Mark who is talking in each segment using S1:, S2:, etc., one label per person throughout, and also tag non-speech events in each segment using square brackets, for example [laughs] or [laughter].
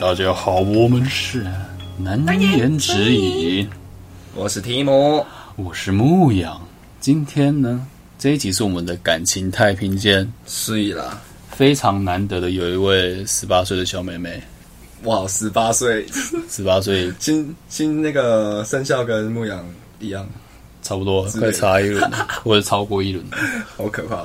S1: 大家好，我们是难言之隐，
S2: 我是提姆，
S1: 我是牧羊。今天呢，这一集是我们的感情太平间，
S2: 是啦，
S1: 非常难得的有一位十八岁的小妹妹，
S2: 哇，十八岁，
S1: 十八岁
S2: 新新那个生肖跟牧羊一样，
S1: 差不多
S2: 之类
S1: 快
S2: 的
S1: 差一轮了，或者超过一轮了，
S2: 好可怕。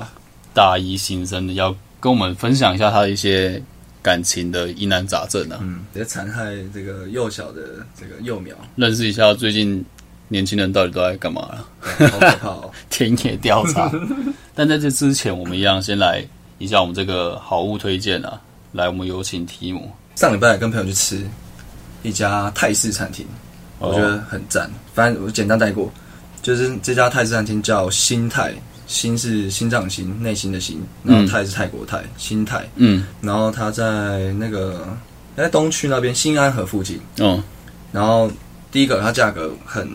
S1: 大一新生的要跟我们分享一下她的一些感情的疑难杂症啊，
S2: 嗯，别残害这个幼小的这个幼苗，
S1: 认识一下最近年轻人到底都在干嘛啊了。
S2: 好可怕 [laughs] 哦。
S1: 田野调查。 [laughs] 但在这之前，我们一样先来一下我们这个好物推荐啊。来，我们有请提姆。
S2: 上礼拜跟朋友去吃一家泰式餐厅，我
S1: 哦
S2: 觉得很赞。反正我简单带过，就是这家泰式餐厅叫新泰，新是心脏心，内心的心，然后
S1: 嗯
S2: 泰是泰国泰，新泰。
S1: 嗯
S2: 然后它在那个在东区那边新安河附近。
S1: 嗯
S2: 然后第一个它价格很，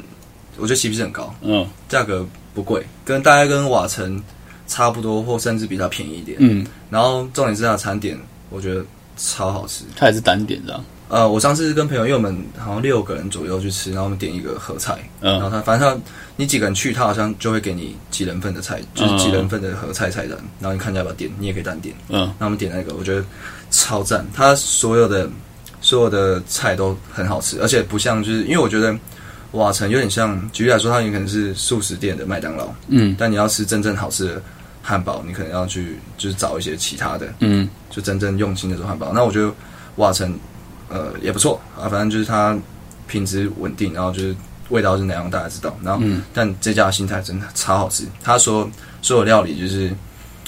S2: 我觉得 CP 值很高，
S1: 嗯
S2: 价格不贵，跟大概跟瓦城差不多，或甚至比它便宜一点。
S1: 嗯，
S2: 然后重点是它的餐点，我觉得超好吃。
S1: 它也是单点的。啊
S2: 呃，我上次跟朋友，因为我们好像六个人左右去吃，然后我们点一个合菜，然后
S1: 嗯
S2: 他反正他你几个人去，他好像就会给你几人份的菜，就是几人份的合菜菜单，然后你看你要不要点，你也可以单点。
S1: 嗯
S2: 那我们点那个，我觉得超赞，它所有的所有的菜都很好吃，而且不像就是因为我觉得瓦城有点像，举例来说，它有可能是素食店的麦当劳，
S1: 嗯
S2: 但你要吃真正好吃的汉堡，你可能要去就是找一些其他的，
S1: 嗯
S2: 就真正用心的做汉堡。那我觉得瓦城呃也不错啊，反正就是它品质稳定，然后就是味道是哪样大家知道。然后、
S1: 嗯
S2: 但这家的心态真的超好吃，他说所有料理就是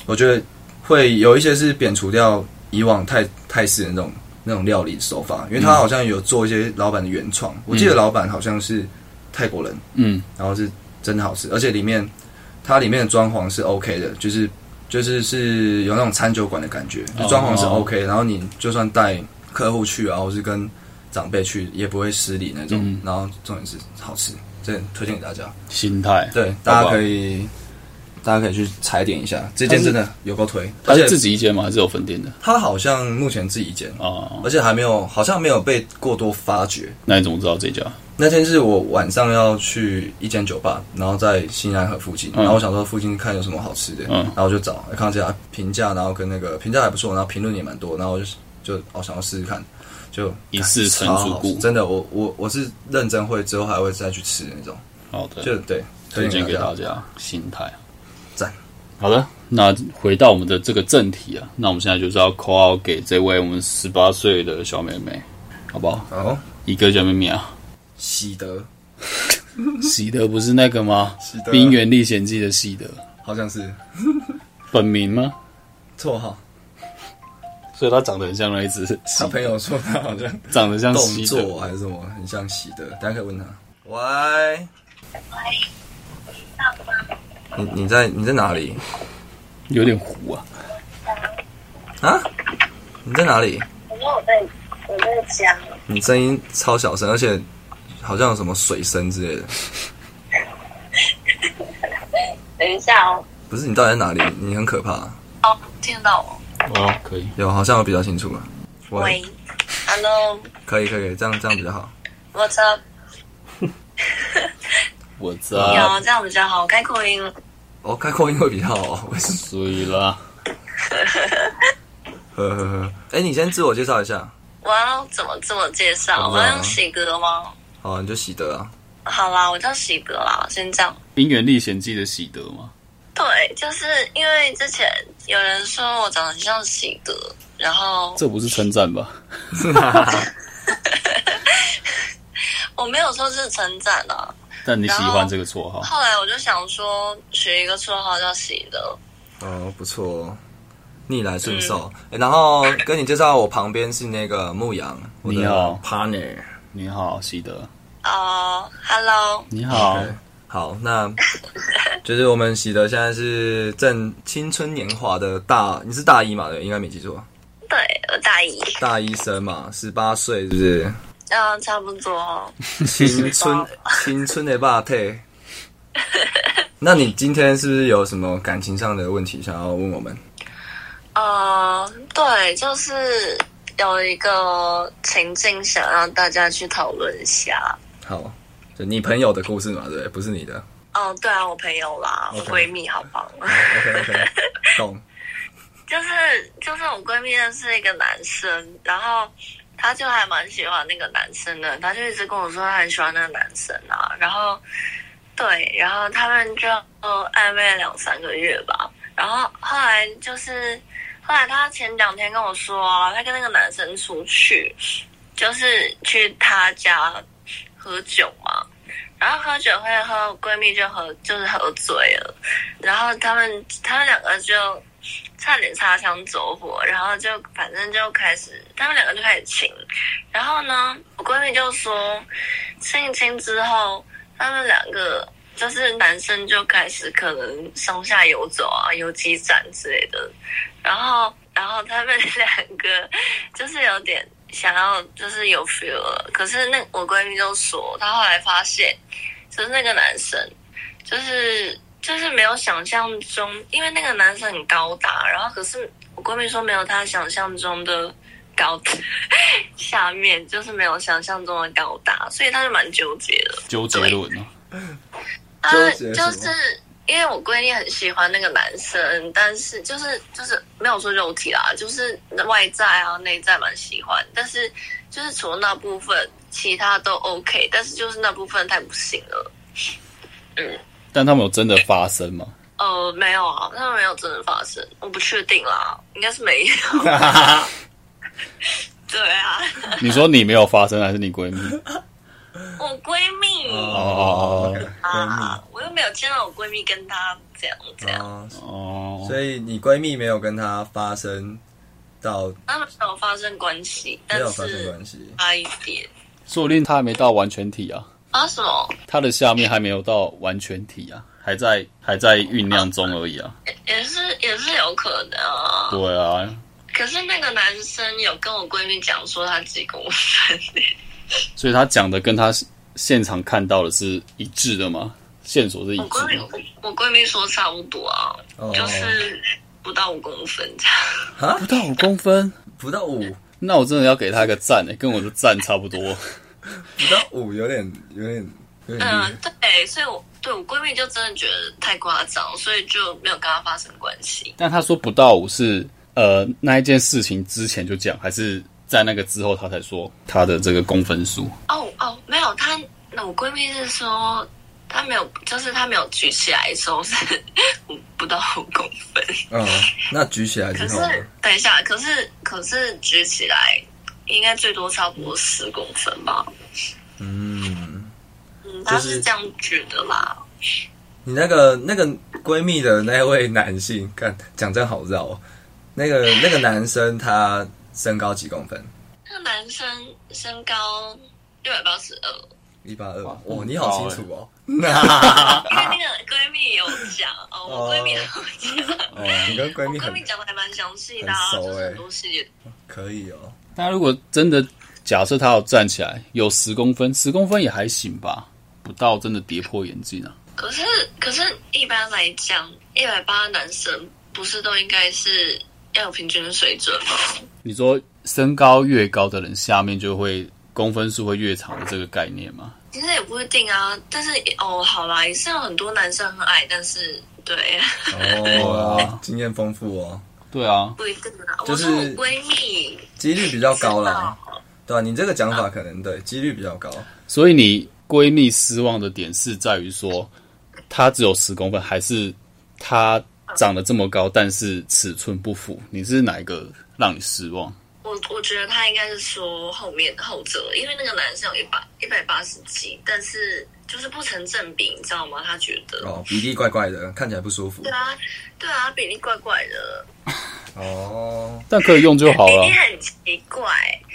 S2: 我觉得会有一些是扁除掉以往泰泰式的那种那种料理手法，因为他好像有做一些老板的原创，我记得老板好像是泰国人，
S1: 嗯
S2: 然后是真的好吃，而且里面它里面的装潢是 OK 的，就是就是是有那种餐酒馆的感觉，
S1: 哦
S2: 就装潢是 OK，、然后你就算带客户去啊，或是跟长辈去，也不会失礼那种。
S1: 嗯
S2: 然后重点是好吃，这推荐给大家。
S1: 心态。
S2: 对，大家可以大家可以去踩点一下，这间真的有够推，
S1: 它
S2: 而
S1: 是自
S2: 且
S1: 己一间吗？还是有分店的？
S2: 它好像目前自己一间，
S1: 啊，
S2: 而且还没有好像没有被过多发掘。
S1: 那你怎么知道这家？
S2: 那天是我晚上要去一间酒吧，然后在新安河附近，
S1: 嗯
S2: 然后我想说附近看有什么好吃的，
S1: 嗯
S2: 然后我就找哎看到这家评价，然后跟那个评价还不错，然后评论也蛮多，然后我就就哦想要试试看，就哦
S1: 一试成
S2: 超
S1: 主
S2: 好吃
S1: 顾。
S2: 真的，我我我是认真会之后还会再去吃那种，
S1: 好的，
S2: 就对，
S1: 推荐给
S2: 大
S1: 大
S2: 家。啊
S1: 家。心态
S2: 赞。
S1: 好的，那回到我们的这个正题啊，那我们现在就是要 call out 给这位我们十八岁的小妹妹，好不好？
S2: 哦，
S1: 一个叫妹妹啊，
S2: 喜德，
S1: 喜德不是那个吗？
S2: 喜
S1: 《
S2: 德，
S1: 冰原历险记》的喜德，
S2: 好像是
S1: 本名吗？
S2: 绰号，
S1: 所以他长得很像那一只啊喜
S2: 他，朋友说他好像
S1: [laughs] 长得像
S2: 动
S1: 喜德。
S2: 作还是什么很像喜德，大家可以问他。喂，你你在你在哪里
S1: 有点糊啊。
S2: 啊？你在哪里？
S3: 因为我在我在家，
S2: 你声音超小声，而且好像有什么水声之类的。
S3: 等一下哦。
S2: 不是你到底在哪里？你很可怕。
S3: 哦，听得到我？
S1: 哦，可以。
S2: 有好像有比较清楚了。
S3: 喂，，Hello，
S2: 可以可以可以，这样这样比较好。
S3: 我操，
S1: 我在
S3: 有这样比较好，我开扩音。
S2: 哦，开扩音会比较好、哦。为什么？
S1: 睡啦。
S2: 呵呵呵。哎、你先自我介绍一下。
S3: 我要怎么自我介绍？我
S2: 我不知道
S3: 要用喜哥吗？
S2: 好，你就喜德啊。
S3: 好啦，我叫喜哥啦，先这样。
S1: 《冰原历险记》的喜德嘛，
S3: 对，就是因为之前有人说我长得很像喜哥，然后
S1: 这不是称赞吧？
S3: 我没有说是称赞啊。
S1: 但你喜欢这个绰号，
S3: 后来我就想说，取一个绰号叫喜哥。
S2: 哦，不错哦，逆来顺受、诶然后跟你介绍，我旁边是那个牧羊，我的
S1: 你哦好
S2: partner。
S1: 你好，喜德。
S3: 哦、h e l l o
S1: 你好， [laughs]
S2: 对好，那就是我们喜德现在是正青春年华的大，你是大一嘛？对，应该没记错，
S3: 对，我大一，
S2: 大一生嘛，十八岁是不是？
S3: 嗯，差不多。
S2: 青春青春的霸退。那你今天是不是有什么感情上的问题想要问我们？
S3: 呃，对，就是有一个情境想让大家去讨论一下。
S2: 好，就你朋友的故事嘛，对不对？不是你的。
S3: 哦，对啊，我朋友啦，我
S2: OK
S3: 闺蜜，好棒。
S2: OK OK，懂。
S3: 就是就是我闺蜜认识一个男生，然后她就还蛮喜欢那个男生的，她就一直跟我说她很喜欢那个男生啊，然后对，然后他们就呃暧昧了两三个月吧，然后后来就是后来她前两天跟我说啊，她跟那个男生出去，就是去他家喝酒嘛。然后喝酒会喝，闺蜜就喝，就是喝醉了。然后他们他们两个就差点擦枪走火，然后就反正就开始，他们两个就开始亲。然后呢，我闺蜜就说，亲一亲之后，他们两个就是男生就开始可能上下游走啊，游击战之类的。然后，然后他们两个就是有点想要，就是有 feel 了。可是那我闺蜜就说，她后来发现，就是那个男生就是就是没有想象中，因为那个男生很高大，然后可是我闺蜜说没有她想象中的高大， [laughs] 下面就是没有想象中的高大，所以她就蛮纠结的。
S1: 周杰伦啊，
S3: 啊
S2: 纠，结什
S3: 就
S2: 么
S3: 是因为我闺蜜很喜欢那个男生，但是就是就是没有说肉体啦，就是外在啊内在蛮喜欢，但是就是除了那部分，其他都 OK，但是就是那部分太不行了。
S1: 但他们有真的发生 [laughs] 吗？
S3: 呃，没有啊，他们没有真的发生，我不确定啦，应该是没有。 [laughs] 对啊，
S1: 你说你没有发生，还是你闺蜜？
S3: 我闺蜜、
S1: 哦
S2: 闺
S3: 啊，我又没有见到我闺蜜跟她这样这
S2: 蜜
S3: 样，
S2: 哦，
S1: 哦，
S2: 所以你闺蜜没有跟她发生到
S3: 他们没有发生关系，
S2: 没
S3: 但
S2: 有发生
S3: 是
S2: 关系，
S3: 差一点
S1: 说不定他还没到完全体啊，
S3: 啊什么？
S1: 他的下面还没有到完全体啊，还在还在酝酿中而已啊。
S3: 也是也是有可能啊。
S1: 对啊，
S3: 可是那个男生有跟我闺蜜讲说他几公分，
S1: 所以他讲的跟他现场看到的是一致的吗？线索是一
S3: 我闺
S1: 致
S3: 蜜
S1: 的。
S3: 我闺蜜说差不多啊，
S2: 哦
S3: 就是不到五公分这样。
S1: 不到五公分，
S2: 不到五，
S1: 那我真的要给他一个赞诶、跟我的赞差不多。
S2: 不到五有点有点有点厉
S3: 嗯，对，所以我对我闺蜜就真的觉得太夸张，所以就没有跟她发生关系。
S1: 但他说不到五是呃那一件事情之前就讲，还是在那个之后他才说他的这个公分数？
S3: 哦哦，没有，她那我闺蜜是说她没有，就是她没有举起来的时候是五不到五公分，
S2: 嗯，那举起来之
S3: 可
S2: 后呢，
S3: 是等一下，可是可是举起来应该最多差不多十公分吧？
S2: 嗯，
S3: 嗯，她
S2: 就是
S3: 是这样举的啦。
S2: 你那个那个闺蜜的那位男性，看讲真好绕、哦，那个那个男生他身高几公分？
S3: 那个男生身高六百八十二，
S2: 一八二，
S1: 哇
S2: 哇，你好清楚哦，
S3: 因为那个闺蜜有讲哦，我闺蜜有讲。
S1: 哦，
S2: 你跟闺
S3: 我
S2: 蜜
S3: 闺
S2: 很
S3: 蜜讲的还蛮详细的、啊，
S2: 很熟
S3: 就是
S2: 欸
S3: 很多细节。
S2: 可以哦，
S1: 那如果真的假设他有站起来有十公分，十公分也还行吧，不到真的跌破眼镜啊。
S3: 可是，可是一般来讲，一百八男生不是都应该是要有平均水准吗？
S1: 你说身高越高的人，下面就会公分数会越长的这个概念吗？
S3: 其实也不一定啊，但是也哦，好啦，也是有很多男生很矮，但是对， [laughs]
S2: 哦，经验丰富哦，
S1: 对啊，
S3: 不一定啊。
S2: 就是
S3: 我说我闺蜜
S2: 几率比较高
S3: 知
S2: 啦
S3: 道。
S2: 对啊，你这个讲法可能对，几率比较高。
S1: 所以你闺蜜失望的点是在于说，她只有十公分，还是她长得这么高，但是尺寸不符？你是哪一个让你失望？
S3: 我我觉得他应该是说后面后者，因为那个男生有一百一百八十几，但是就是不成正比，你知道吗？他觉得，
S2: 哦，比例怪怪的，看起来不舒服
S3: 对。啊，对啊，比例怪怪的，
S2: 哦，
S1: 但可以用就好
S3: 比
S1: 了
S2: 啊
S3: 例，很奇怪。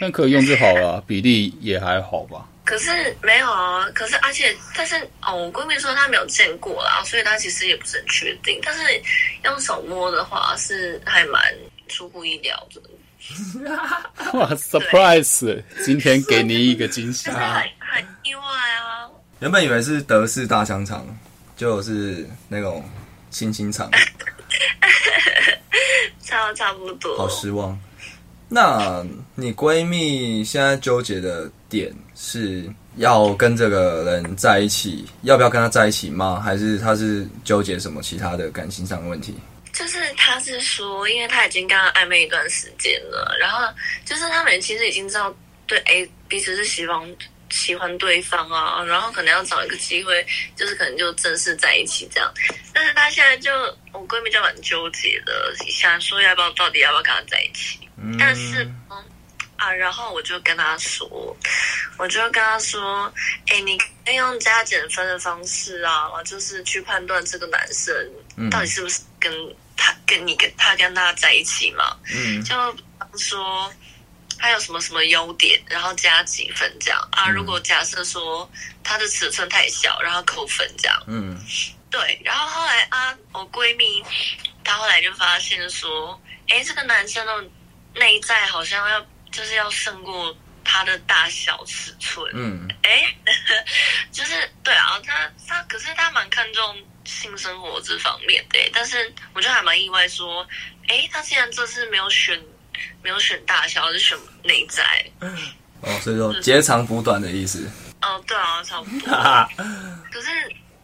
S1: 但可以用就好了，比例也还好啊吧。
S3: 可是没有啊，可是而且但是哦，我闺蜜说她没有见过啦，所以她其实也不是很确定。但是用手摸的话是还蛮出乎意料的，
S1: [laughs] 哇，surprise！今欸天给你一个惊喜
S3: 就。是很很意外啊。
S2: 原本以为是德式大香肠，就是那种
S3: [laughs]
S2: 清新肠，
S3: 差差不多，
S2: 好失望。那你闺蜜现在纠结的点是要跟这个人在一起，要不要跟他在一起吗？还是她是纠结什么其他的感情上的问题？
S3: 就是他是说，因为他已经跟他暧昧一段时间了，然后就是他们其实已经知道对 A 彼此是喜欢喜欢对方啊，然后可能要找一个机会，就是可能就正式在一起这样。但是他现在就我闺蜜就蛮纠结的，想说要不要到底要不要跟他在一起。
S2: 嗯
S3: 但是嗯啊，然后我就跟他说，我就跟他说，哎，你可以用加减分的方式啊，就是去判断这个男生
S2: 嗯
S3: 到底是不是跟他跟你跟他跟他在一起嘛。
S2: 嗯
S3: 就比方说他有什么什么优点，然后加几分这样啊。
S2: 嗯
S3: 如果假设说他的尺寸太小，然后扣分这样。
S2: 嗯
S3: 对，然后后来啊，我闺蜜她后来就发现说，诶，这个男生的内在好像要就是要胜过他的大小尺寸，
S2: 嗯
S3: 诶，哎 [laughs] 就是对啊，他他可是他蛮看重性生活这方面的，欸但是我就还蛮意外说，诶，他竟然这次没有选没有选大小，而是选内在，
S2: 哦，所以说截长补短的意思。
S3: 哦，对啊，差不多。
S2: 哈
S3: 可是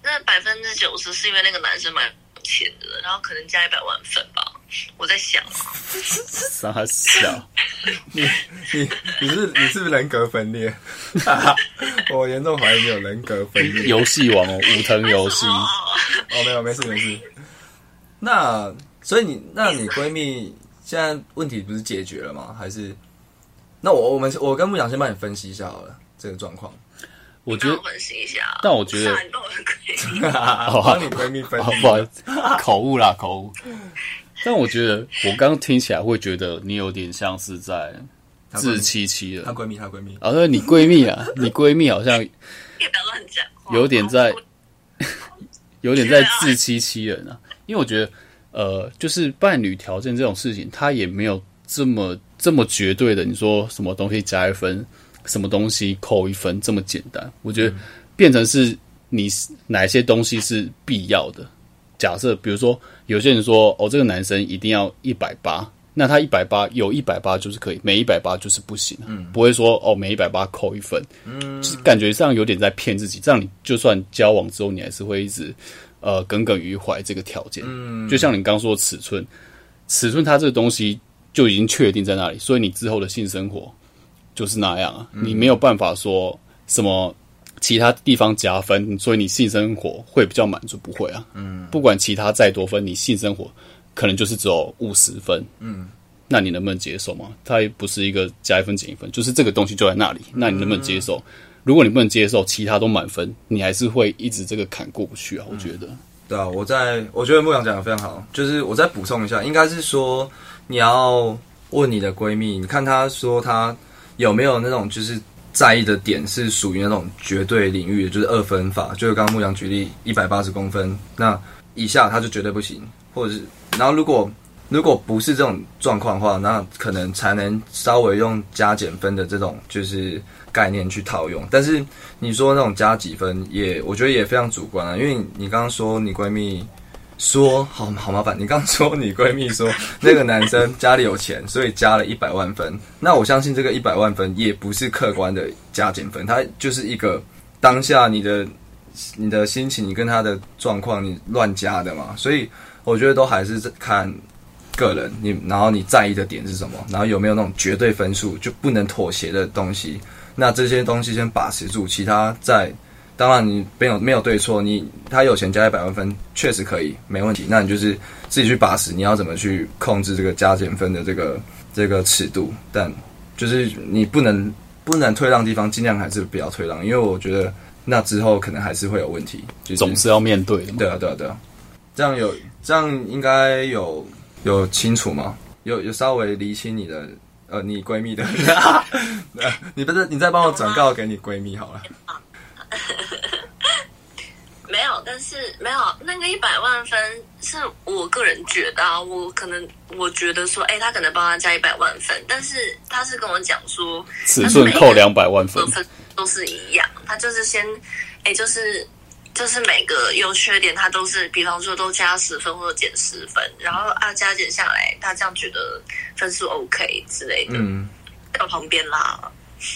S3: 那百分之九十是因为那个男生蛮有钱的，然后可能加一百万粉吧。我在想，
S1: 傻笑， [laughs]
S2: 你你是你是不是人格分裂？ [laughs] 我严重怀疑你有人格分裂。
S1: [laughs] 游戏王哦，武藤游戏
S3: 什，么
S2: 哦，没有，没事没事。那所以你，那你闺蜜现在问题不是解决了吗？还是？那我我们我跟木匠先帮你分析一下好了，这个状
S1: [laughs]
S2: 况，
S1: 我觉
S3: 让
S1: 得
S3: 哦我分析一下。啊
S1: 但我觉得
S3: 算了，我 [laughs] 可以
S1: 好啊
S2: 帮你闺蜜分
S1: 好
S2: 析。
S1: 不好意思，口误啦，口误。但我觉得，我刚刚听起来会觉得你有点像是在
S2: 她闺
S1: 自
S2: 蜜
S1: 欺欺人
S2: 她。闺蜜，她闺蜜，
S1: 啊，对，你闺蜜啊，你闺蜜好像
S3: 也不要乱讲话。
S1: 有点在有点在自欺欺人啊。因为我觉得，呃，就是伴侣条件这种事情，它也没有这么这么绝对的。你说什么东西加一分，什么东西扣一分，这么简单。我觉得变成是你哪些东西是必要的。假设比如说，有些人说哦，这个男生一定要一百八，那他一百八有一百八就是可以，没一百八就是不行、嗯，不会说哦，每一百八扣一分，嗯，就是感觉上有点在骗自己，这样你就算交往之后，你还是会一直呃耿耿于怀这个条件，嗯，就像你刚说的尺寸，尺寸它这个东西就已经确定在那里，所以你之后的性生活就是那样啊，你没有办法说什么。其他地方加分，所以你性生活会比较满足，不会啊？不管其他再多分，你性生活可能就是只有五十分，嗯，那你能不能接受吗？它也不是一个加一分减一分，就是这个东西就在那里，那你能不能接受？如果你不能接受，其他都满分，你还是会一直这个坎过不去啊。我觉得，
S2: 对啊，我在我觉得木匠讲的非常好，就是我再补充一下，应该是说你要问你的闺蜜，你看她说她有没有那种就是在意的点是属于那种绝对领域的，就是二分法，就是刚刚牧羊举例一百八十公分，那以下他就绝对不行，或者是然后如果如果不是这种状况的话，那可能才能稍微用加减分的这种就是概念去套用。但是你说那种加几分也，我觉得也非常主观啊，因为你刚刚说你闺蜜说好好麻烦，你刚刚说你闺蜜说那个男生家里有钱，所以加了一百万分。那我相信这个一百万分也不是客观的加减分，它就是一个当下你的你的心情，你跟他的状况，你乱加的嘛。所以我觉得都还是看个人，你然后你在意的点是什么，然后有没有那种绝对分数就不能妥协的东西。那这些东西先把持住，其他再当然你没有没有对错，你他有钱加一百万分确实可以没问题，那你就是自己去把持，你要怎么去控制这个加减分的这个这个尺度，但就是你不能不能退让的地方，尽量还是不要退让，因为我觉得那之后可能还是会有问题，就是、
S1: 总是要面对的嘛。
S2: 对啊，对啊，对啊，这样有这样应该有有清楚吗？有有稍微厘清你的呃，你闺蜜的，呃你不是你再帮我转告给你闺蜜好了。
S3: 没有，但是没有那个一百万分是我个人觉得啊，我可能我觉得说，哎诶，他可能帮他加一百万分，但是他是跟我讲说，
S1: 尺寸扣两百万分
S3: 分，都是一样，他就是先，哎、就是就是每个优缺点，它都是，比方说都加十分或者减十分，然后啊加减下来，他这样觉得分数 OK 之类的，
S2: 嗯，
S3: 在我旁边啦。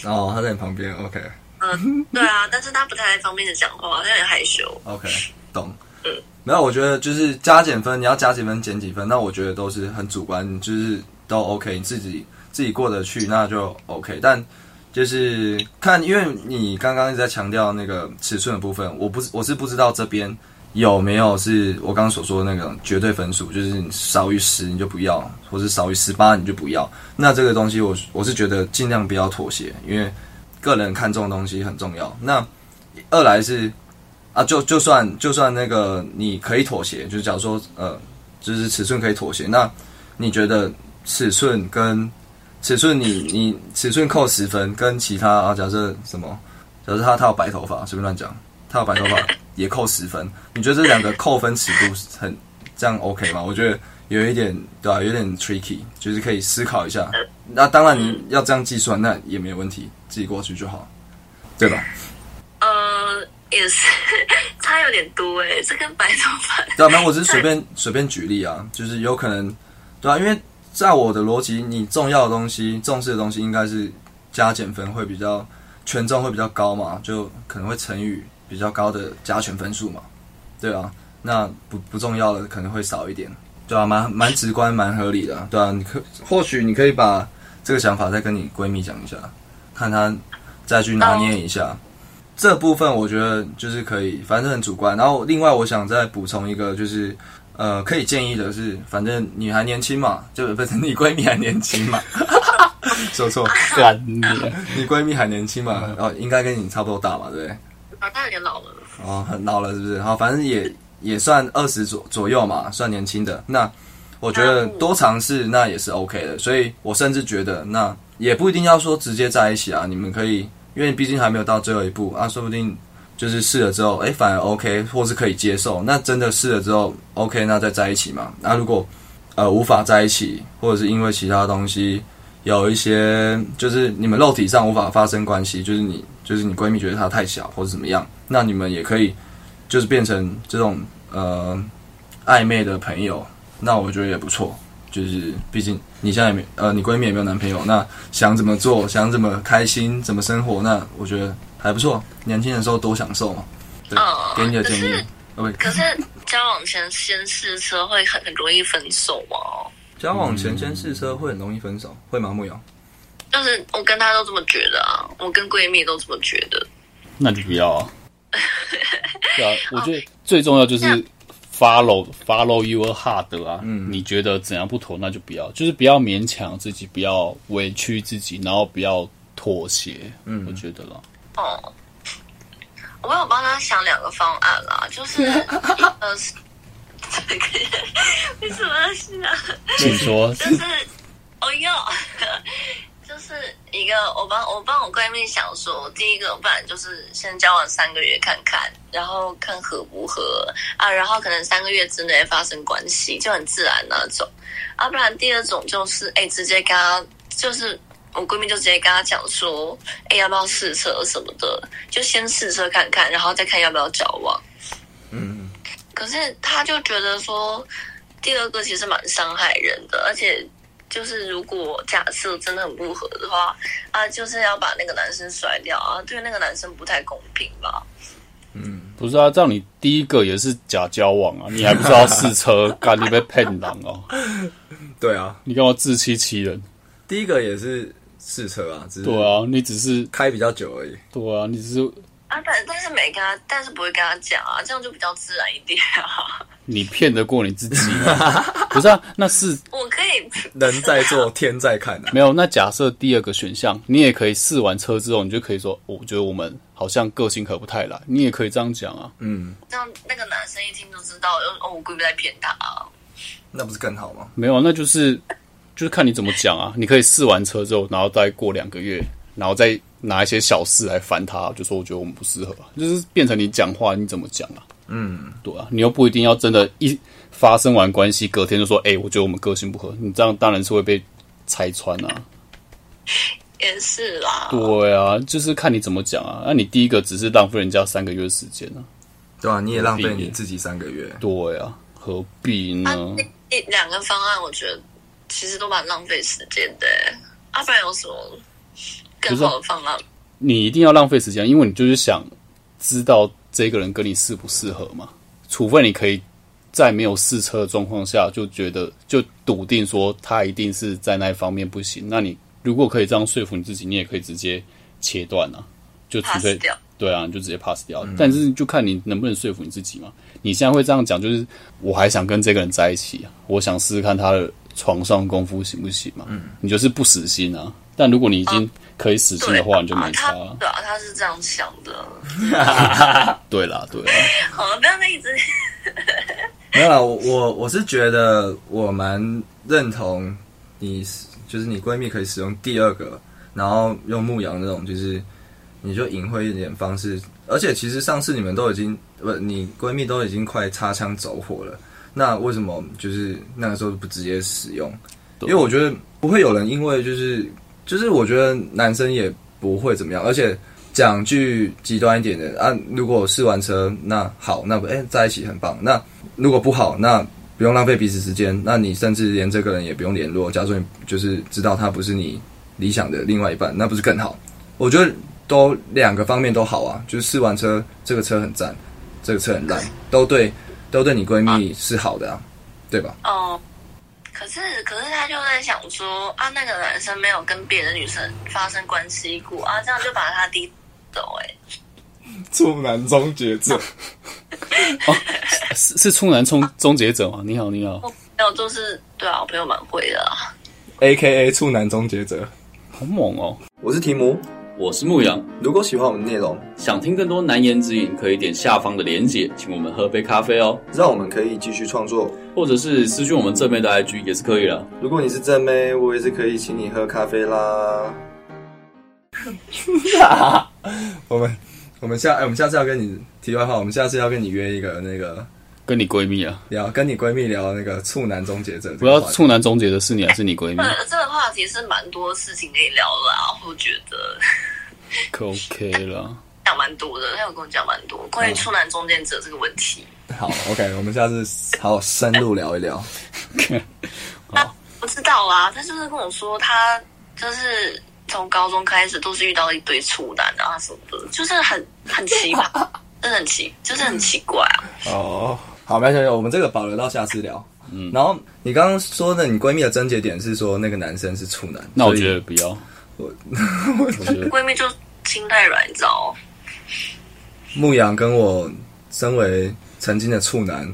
S2: 哦，他在你旁边，OK
S3: 嗯，对啊，但是他不太方便的讲话，他有点害羞。
S2: OK，懂
S3: 嗯。
S2: 没有，我觉得就是加减分，你要加几分减几分，那我觉得都是很主观，就是都 OK，你自己自己过得去那就 OK。但就是看，因为你刚刚一直在强调那个尺寸的部分，我不是我是不知道这边有没有是我刚刚所说的那个绝对分数，就是你少于十你就不要，或是少于十八你就不要。那这个东西我是我是觉得尽量不要妥协，因为个人看重的东西很重要。那二来是啊，就就算就算那个你可以妥协，就是假如说呃，就是尺寸可以妥协，那你觉得尺寸跟尺寸你你尺寸扣十分，跟其他啊，假设什么，假设他他有白头发，随便乱讲，他有白头发也扣十分，你觉得这两个扣分尺度是很这样 OK 吗？我觉得有一点对吧、啊有点 tricky，就是可以思考一下。那当然你要这样计算，那也没有问题，自己过去就好，对吧？
S3: 呃，也是差有点多诶、这跟白头发
S2: 对啊，没有，我只是随便随便举例啊，就是有可能，对啊，因为在我的逻辑，你重要的东西、重视的东西应该是加减分会比较权重会比较高嘛，就可能会乘以比较高的加权分数嘛，对啊，那不不重要的可能会少一点，对啊，蛮蛮直观、蛮合理的啊、对啊，你可或许你可以把这个想法再跟你闺蜜讲一下，看她再去拿捏一下。这部分我觉得就是可以，反正很主观。然后另外我想再补充一个，就是呃，可以建议的是，反正你还年轻嘛，就是不是你闺蜜还年轻嘛， [laughs] 说错，
S1: 干你！
S2: 你闺蜜还年轻嘛，然后、应该跟你差不多大嘛，对不对？
S3: 啊，他有点老了。
S2: 哦，很老了是不是？好，反正也也算二十左左右嘛，算年轻的。那我觉得多尝试那也是 OK 的，所以我甚至觉得那也不一定要说直接在一起啊，你们可以，因为毕竟还没有到最后一步啊，说不定就是试了之后，哎、反而 OK 或是可以接受。那真的试了之后 OK，那再在一起嘛。那如果呃无法在一起，或者是因为其他东西。有一些就是你们肉体上无法发生关系，就是你就是你闺蜜觉得她太小或者怎么样，那你们也可以就是变成这种呃暧昧的朋友，那我觉得也不错。就是毕竟你现在也没呃，你闺蜜也没有男朋友，那想怎么做，想怎么开心，怎么生活，那我觉得还不错。年轻的时候多享受嘛。对
S3: 哦，
S2: 给你的建
S3: 可
S2: 议
S3: 是。
S2: OK，
S3: 可是交往前先试车会很很容易分手吗？
S2: 交往前先试车会很容易分手，会吗？木有。
S3: 就是我跟他都这么觉得啊，我跟闺蜜都这么觉得。
S1: 那就不要啊。对啊，我觉得最重要就是 follow follow your heart 啊。嗯，你觉得怎样不妥，那就不要，就是不要勉强自己，不要委屈自己，然后不要妥协。嗯，我觉得啦，
S3: 哦，我有帮他想两个方案啦，就是呃， [laughs] 是为什么是啊？
S1: 请说。
S3: 就是， [laughs] 哦哟，就是一个我帮我帮我闺蜜想说，第一个不然就是先交往三个月看看，然后看合不合啊，然后可能三个月之内发生关系就很自然那种，啊，不然第二种就是哎、直接跟她就是。我闺蜜就直接跟她讲说，哎、要不要试车什么的，就先试车看看，然后再看要不要交往。
S2: 嗯，
S3: 可是他就觉得说，第二个其实蛮伤害人的，而且就是如果假设真的很不合的话，啊，就是要把那个男生甩掉啊，对那个男生不太公平吧？
S1: 不是啊，照你第一个也是假交往啊，你还不知道试车， [laughs] 干你被骗狼哦！
S2: 对啊，
S1: 你干嘛自欺欺人？
S2: 第一个也是试车啊，只是
S1: 对啊，你只是
S2: 开比较久而已。
S1: 对啊，你只是
S3: 啊，但但是没跟他，但是不会跟他讲啊，这样就比较自然一点啊。 [laughs]
S1: 你骗得过你自己 [laughs] 吗？不是啊，那是
S3: 我可以，
S2: 人在做，天在看啊。
S1: 没有，那假设第二个选项，你也可以试完车之后，你就可以说，哦我觉得我们好像个性合不太来，你也可以这样讲啊。
S2: 嗯，
S3: 这样那个男生一听就知道，哦，我闺蜜在骗他啊。
S2: 那不是更好吗？
S1: 没有啊，那就是就是看你怎么讲啊。你可以试完车之后，然后再过两个月，然后再拿一些小事来烦他，就说我觉得我们不适合啊，就是变成你讲话你怎么讲啊？
S2: 嗯，
S1: 对啊，你又不一定要真的一发生完关系，隔天就说，哎、我觉得我们个性不合，你这样当然是会被拆穿啊。
S3: 也是啦，
S1: 对啊，就是看你怎么讲啊。那、你第一个只是浪费人家三个月时间啊，
S2: 对吧、你也浪费
S1: 必
S2: 你
S1: 耶
S2: 自己三个月。
S1: 对啊，何必呢？
S3: 啊，那两个方案我觉得其实都蛮浪费时间的欸，啊，不然有什么更好的方案？
S1: 你一定要浪费时间，啊因为你就是想知道这个人跟你适不适合嘛。除非你可以在没有试车的状况下就觉得就笃定说他一定是在那一方面不行，那你如果可以这样说服你自己，你也可以直接切断啊，就除
S3: pass
S1: 非
S3: 掉。
S1: 对啊，你就直接 pass 掉。但是就看你能不能说服你自己嘛。你现在会这样讲，就是我还想跟这个人在一起啊，我想试试看他的床上功夫行不行嘛。你就是不死心啊。但如果你已经可以死心
S3: 对
S1: 的
S3: 啊，
S1: 话，你就没差
S3: 他
S1: 了。
S3: 对啊，他是这样想的。 [laughs]
S1: 对啦，对啦，
S3: 好了，不要再一直
S2: 没有啦，我我我是觉得我蛮认同你，就是你闺蜜可以使用第二个，然后用牧羊那种，就是你就隐晦一点方式。而且其实上次你们都已经不，你闺蜜都已经快擦枪走火了，那为什么就是那个时候不直接使用？因
S1: 对
S2: 为我觉得不会有人因为就是就是我觉得男生也不会怎么样，而且讲句极端一点的啊，如果试完车那好，那不哎、在一起很棒，那如果不好那。不用浪费彼此时间，那你甚至连这个人也不用联络。假如说你就是知道他不是你理想的另外一半，那不是更好？我觉得都两个方面都好啊，就是试完车，这个车很赞，这个车很烂，都对，都对你闺蜜是好的啊，对吧？
S3: 哦。可是，可是他就在想说啊，那个男生没有跟别的女生发生关系过啊，这样就把他踢走哎、
S2: 处男终结者，
S1: [laughs] 是是处男终终结者吗？你好，你好，
S3: 我朋友就是对啊，我朋友蛮会的、啊。
S2: A K A 处男终结者。
S1: 好猛哦！
S2: 我是提姆，
S1: 我是牧羊，
S2: 如果喜欢我们的内容，
S1: 想听更多难言之隐，可以点下方的连结，请我们喝杯咖啡哦，
S2: 让我们可以继续创作。
S1: 或者是私讯我们正妹的 IG 也是可以的。
S2: 如果你是正妹，我也是可以请你喝咖啡啦。 [laughs] 我们我们下、哎我们下次要跟你题外话，我们下次要跟你约一个那个
S1: 跟你闺蜜啊，
S2: 聊，跟你闺蜜聊那个处男终结者。
S1: 不要，处男终结的是你还是你
S3: [laughs]
S1: 闺蜜？
S3: 呃，这个话题是蛮多事情可以聊的啊，我觉得
S1: 可 OK 了。 [laughs]
S3: 讲蛮多的，他有跟我讲蛮多关
S1: 嗯
S3: 于处男中间者这个问题。
S2: 好，OK，我们下次 [laughs] 好好深入聊一聊。
S3: 不知道啊，他就是跟我说他就是从高中开始都是遇到一堆处男啊什么的，就是很很奇怪，真的很奇，就是很奇怪啊。
S2: 哦，好，没关系，我们这个保留到下次聊。嗯，然后你刚刚说的，你闺蜜的症结点是说那个男生是处男，
S1: 那我
S2: 所以
S1: 觉得不要，
S2: 我 [laughs]
S1: 我觉得
S3: 闺蜜就心太软，你知道哦？
S2: 牧羊跟我身为曾经的处男，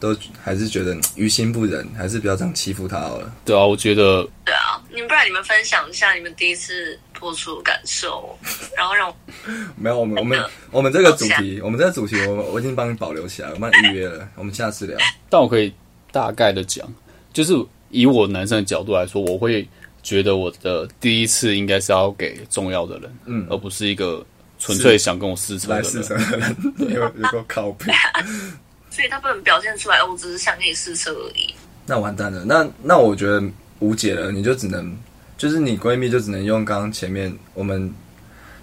S2: 都还是觉得嗯于心不忍，还是不要这样欺负他好了。
S1: 对啊，我觉得
S3: 对啊，你们不然你们分享一下你们第一次破处的感受，然后让我
S2: [laughs] 没有，我们我们我们这个主题，我们这个主题，我我已经帮你保留起来，我帮你预约了，我们下 [laughs] 次聊。
S1: 但我可以大概的讲，就是以我男生的角度来说，我会觉得我的第一次应该是要给重要的人，
S2: 嗯
S1: 而不是一个纯粹想跟我试车的
S2: 来
S1: 人
S2: 试。车的 [laughs] 人有有够靠谱，
S3: 所以他不能表现出来，我只是想跟你试车而已。
S2: 那完蛋了。那那我觉得无解了，你就只能就是你闺蜜就只能用刚刚前面我们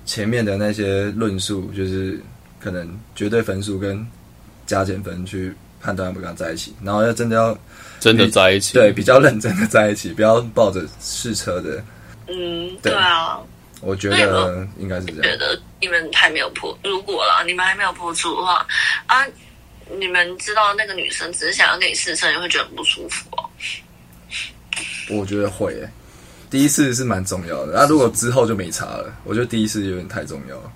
S2: 前面的那些论述，就是可能绝对分数跟加减分去判断要不要跟他在一起，然后要真的要
S1: 真的在一起，
S2: 对，比较认真的在一起，不要抱着试车的。
S3: 嗯，
S2: 对
S3: 对啊。
S2: 我觉
S3: 对
S2: 得
S3: 我
S2: 应该是这
S3: 觉
S2: 样。
S3: 得你们还没有破，如果啦，你们还没有破处的话，啊，你们知道那个女生只是想要给你试车，你会觉得很不舒服哦。
S2: 我觉得会、欸，第一次是蛮重要的。啊那如果之后就没差了，我觉得第一次有点太重要了。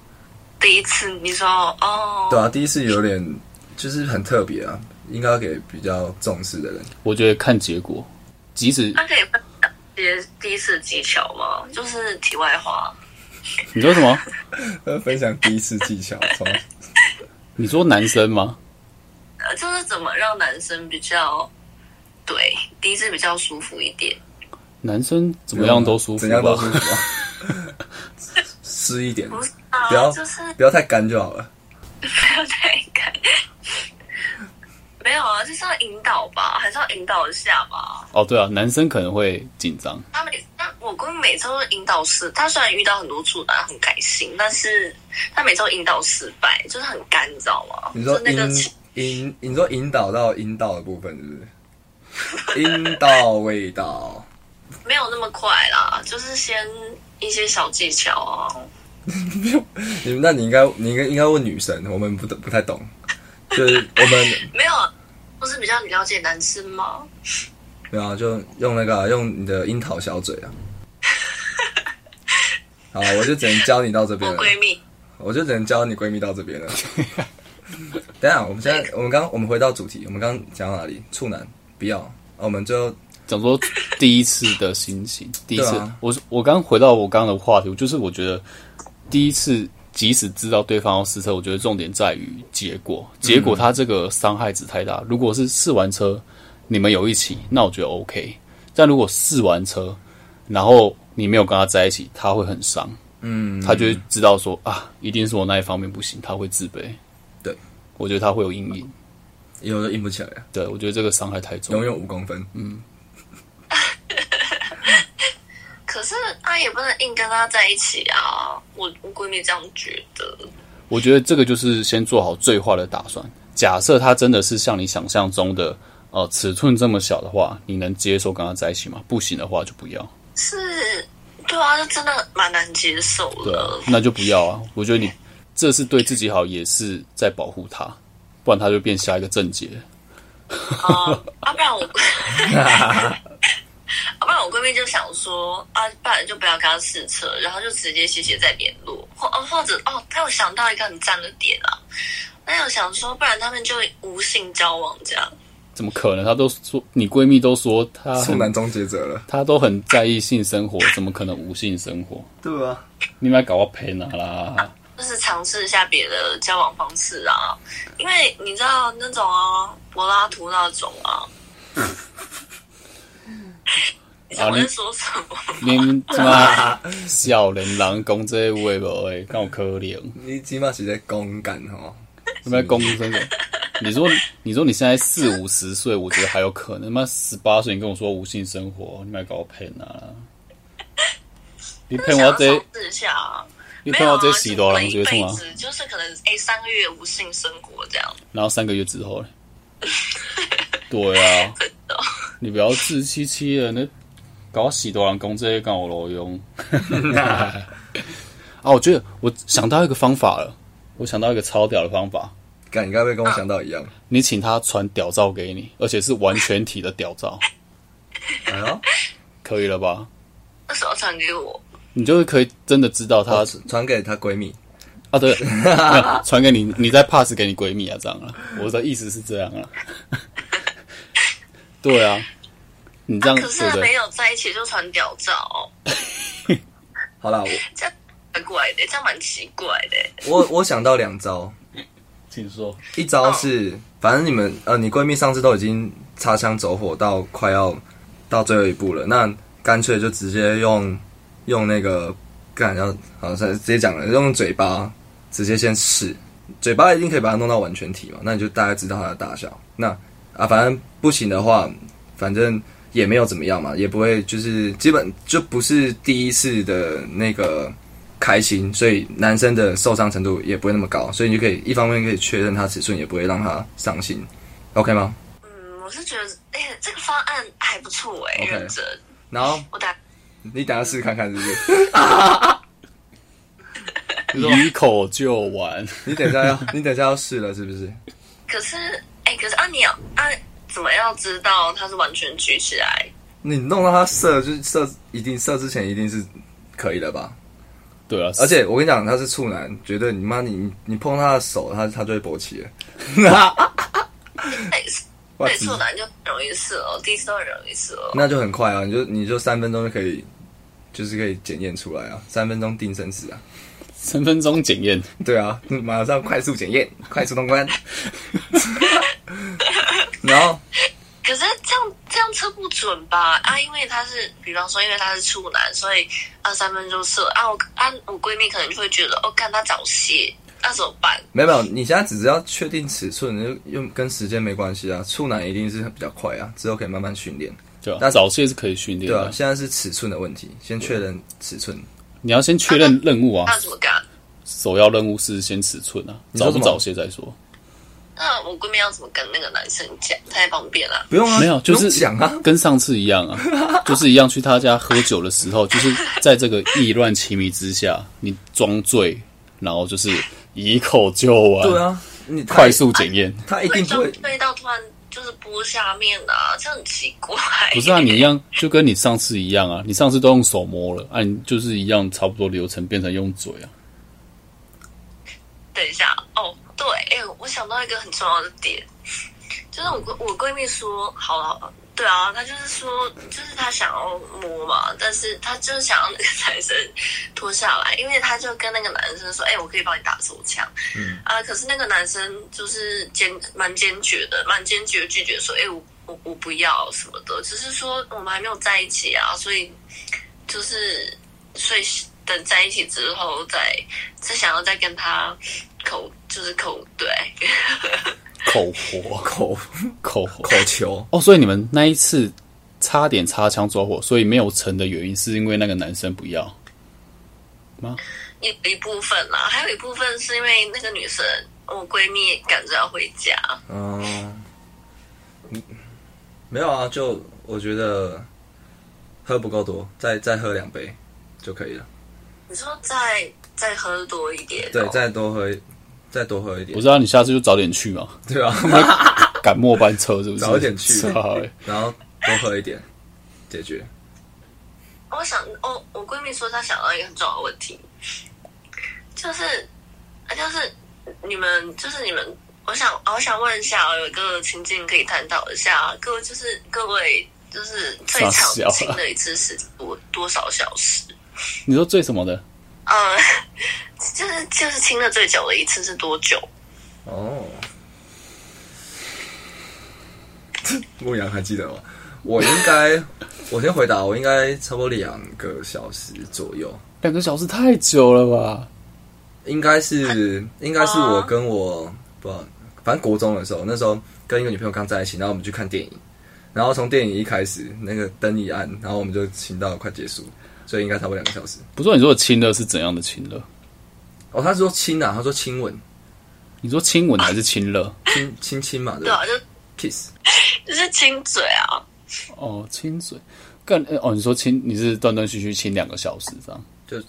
S3: 第一次你说哦，
S2: 对啊，第一次有点就是很特别啊，应该要给比较重视的人。
S1: 我觉得看结果，即使
S3: 那可以分享一些第一次的技巧吗？就是题外话，
S1: 你说什么？
S2: 呃， [laughs] 分享第一次技巧，从
S1: 你说男生吗？
S3: 呃，就是怎么让男生比较对第一次比较舒服一点。 [laughs]
S1: 男生怎么样都舒服
S2: 怎样都舒
S1: 吧？
S2: 服、啊。 [laughs] 湿一点，
S3: 不是
S2: 不要
S3: 啊，就是
S2: 不要太干就好了。
S3: 不要太干。没有啊，就是要引导吧，还是要引导一下吧。
S1: 哦，对啊，男生可能会紧张，
S3: 他每那我闺蜜每次都是引导失，她虽然遇到很多阻拦很开心，但是她每次都引导失败，就是很干，你知道吗？
S2: 你说
S3: 就那个
S2: 引引，你说引导到引导的部分是不是？ [laughs] 引导味道，
S3: 没有那么快啦，就是先一些小技巧啊。
S2: 你那你应该你应该应该问女神，我们不不太懂，就是我们 [laughs]
S3: 没有，不是比较了解男生吗？
S2: 没有啊就用那个啊、用你的樱桃小嘴
S3: [laughs]
S2: 啊。好，我就只能教你到这
S3: 我
S2: 边了，
S3: 闺蜜，
S2: 我就只能教你闺蜜到这边了。 [laughs] 等一下，我们现在我们刚我们回到主题，我们刚讲到哪里？处男不要，啊我们最后
S1: 讲说第一次的心情，第一次，
S2: 对啊
S1: 我我刚回到我刚刚的话题，就是我觉得第一次即使知道对方要试车，我觉得重点在于结果，结
S2: 嗯
S1: 果他这个伤害值太大。如果是试完车，你们有一起，那我觉得 OK。但如果试完车，然后你没有跟他在一起，他会很伤，
S2: 嗯，
S1: 他就会知道说啊，一定是我那一方面不行，他会自卑。
S2: 对，
S1: 我觉得他会有阴影。
S2: 有的硬不起来了，
S1: 对我觉得这个伤害太重
S2: 永。远五公分。
S3: 可是她也不能硬跟他在一起啊。我我闺蜜这样觉得，
S1: 我觉得这个就是先做好最坏的打算。假设他真的是像你想象中的，呃，尺寸这么小的话，你能接受跟他在一起吗？不行的话就不要，
S3: 是，对啊，就真的蛮难接受
S1: 对啊
S3: 的。，
S1: 那就不要啊。我觉得你这是对自己好，也是在保护他，不然他就变下一个症结。
S3: 啊，啊，不然我，啊，不然我闺蜜就想说，啊，不然就不要跟他试车，然后就直接谢谢再联络，或哦，或者哦，她有想到一个很赞的点啊，那有想说，不然他们就无性交往这样，
S1: 怎么可能？他都说你闺蜜都说她
S2: 处
S1: 很
S2: 男终结者了，
S1: 她都很在意性生活，怎么可能无性生活？
S2: 对啊，
S1: 你们来搞我陪哪啦？
S3: 就是尝试一下别的交往方式啊，因为你知道那种啊，柏拉图那种
S1: [laughs]
S3: 啊。你知道我
S1: 啊
S3: 在说什么吗？
S1: 您他妈小人狼公这一位不会，跟我可怜。
S2: 你起码是在公干哦。
S1: 有没有公真
S3: [laughs]
S1: 的？你说你说你现在四五十岁，我觉得还有可能。他妈十八岁，你跟我说无性生活，你买搞我骗
S3: [laughs]
S1: 啊！ [laughs] 你骗
S3: 想
S1: 我
S3: 要
S1: 这
S3: 尝，试一下啊。
S1: 你
S3: 没
S1: 骗
S3: 有
S1: 我
S3: 啊，
S1: 这洗多狼
S3: 就
S1: 绝
S3: 是
S1: 处
S3: 一辈
S1: 吗？
S3: 子就是可能哎，三个月无性生活这样。
S1: 然后三个月之后
S3: [laughs]
S1: 嘞？对啊，你不要自欺欺人，那搞洗多狼公这些干我罗
S3: [laughs]
S1: 用。啊，我觉得我想到一个方法了，我想到一个超屌的方法，
S2: 干，你该不会跟我想到一样？
S1: 你请他传屌照给你，而且是完全体的屌照，
S2: 哎呦，
S1: 可以了吧？
S3: 那时候传给我，
S1: 你就是可以真的知道她
S2: 她传给她闺蜜，
S1: 啊，对，没有传给你，你再 pass 给你闺蜜啊，这样啊，我的意思是这样啊，对啊，你这样
S3: 啊可
S1: 对
S3: 是
S1: 不
S3: 没
S1: 对？
S3: 有在一起就传屌照，
S2: 好啦，我
S3: 这样怪怪的，这样蛮奇怪的。
S2: 我我想到两招，
S1: 请说，
S2: 一招是，反正你们呃，你闺蜜上次都已经擦枪走火到快要到最后一步了，那干脆就直接用用那个干，然后好像直接讲了，用嘴巴直接先试，嘴巴一定可以把它弄到完全体嘛，那你就大概知道它的大小。那啊，反正不行的话，反正也没有怎么样嘛，也不会就是基本就不是第一次的那个开心，所以男生的受伤程度也不会那么高，所以你就可以一方面可以确认他尺寸，也不会让他伤心，OK 吗
S3: 嗯，我是觉得哎，这个方案还不错哎，
S2: OK
S3: 认真。
S2: 然后
S3: 我打
S2: 你等下试试看看，是不是？
S1: 以口就完，
S2: 你等一下要，你等一下要试了，是不是？
S3: 可是哎，可是啊，你要啊，怎么要知道它是完全举起来？
S2: 你弄到他射，就是射，一定射之前一定是可以的吧？
S1: 对啊，
S2: 而且我跟你讲，他是处男，绝对你妈你你碰他的手，他他就会勃起了。
S3: 哎，
S2: 哇
S3: 对，处男就很容易射哦，第一次都很容易射哦。
S2: 那就很快啊，你就你就三分钟就可以，就是可以检验出来啊，三分钟定生死啊，
S1: 三分钟检验，
S2: 对啊，马上快速检验， [laughs] 快速通关。然后
S3: 可是这样这样测不准吧？啊，因为他是，比方说，因为他是处男，所以啊三分钟射啊我啊我闺蜜可能就会觉得，哦，看他早泄，那怎么办？
S2: 没有没有，你现在只是要确定尺寸，就用跟时间没关系啊。处男一定是比较快啊，之后可以慢慢训练，
S1: 对吧、
S2: 那
S1: 早期也是可以训练
S2: 对啊，
S1: 的，
S2: 现在是尺寸的问题，先确认尺寸。
S1: 你要先确认任务啊，
S3: 那怎么干？
S1: 首要任务是先尺寸啊，早
S2: 说
S1: 不
S2: 什么
S1: 早些再说。
S3: 那我闺蜜要怎么跟那个男生讲？他也方便啊。
S2: 不用
S1: [laughs]
S2: 啊，
S1: 没有，就
S2: 不用
S1: 是
S2: 讲啊，
S1: 跟上次一样
S2: [laughs]
S1: 啊，就是一样去他家喝酒的时候，就是在这个意乱情迷之下，你装醉，然后就是一口就完，
S2: 对，啊，你他
S1: 快速检验。
S2: 他一定不
S3: 会
S2: 会
S3: 装醉到突然就是拨下面的、啊，这很奇怪。
S1: 不是啊，你一样就跟你上次一样啊，你上次都用手摸了，啊，你就是一样差不多流程变成用嘴啊。
S3: 等一下哦，对，哎、我想到一个很重要的点，就是我闺我闺蜜说，好了，对啊，她就是说，就是她想要摸嘛，但是她就是想要那个男生脱下来，因为她就跟那个男生说，哎、我可以帮你打手枪，嗯啊，可是那个男生就是坚蛮坚决的，蛮坚决地拒绝说，哎、我我我不要什么的，只是说我们还没有在一起啊，所以就是所以等在一起之后再是想要再跟他口就是口对，
S1: 口活，
S2: 口
S1: 口活，
S2: 口球，
S1: 哦，所以你们那一次差点擦枪走火，所以没有成的原因是因为那个男生不要吗？
S3: 一一部分啦，还有一部分是因为那个女生我闺蜜赶着要回家，
S2: 嗯，没有啊，就我觉得喝不够多，再再喝两杯就可以了。
S3: 你说再再喝多一点、
S2: 对，再多喝，再多喝一点
S1: 我，知道你下次就早点去嘛，
S2: 对啊，
S1: 赶末班车是不是？
S2: 早一点去
S1: [laughs] 操欸
S2: 然后多喝一点，解决。
S3: 我想，哦，我闺蜜说她想到一个很重要的问题，就是，呃就是你们，就是你们，我想，我想问一下，有一个情境可以探讨一下，各位就是各位就是最
S1: 傻
S3: 长
S1: 笑啊
S3: 情的一次是多多少小时？
S1: 你说最什么的？
S3: 呃， [laughs] 就是就是亲的最久的一次是多久？
S2: 哦， [laughs] 牧羊还记得吗？我应该，我先回答，我应该差不多两个小时左右，
S1: 两个小时太久了吧？
S2: 应该
S3: 啊
S2: 是，应该是我
S3: 哦
S2: 跟我不知道，反正国中的时候，那时候跟一个女朋友刚在一起，然后我们去看电影，然后从电影一开始，那个灯一暗，然后我们就亲到快结束，所以应该差不多两个小时。
S1: 不是你说的亲热是怎样的亲热？
S2: 哦，他说亲啊，他说亲吻，
S1: 你说亲吻还是亲热？
S2: 亲
S3: [laughs]
S2: 亲亲嘛，对
S3: 对
S2: 吧
S3: 啊，就
S2: ？kiss，
S3: 就是亲嘴啊。
S1: 哦，亲嘴。干呃哦，你说亲，你是断断续续亲两个小时这样？
S2: 就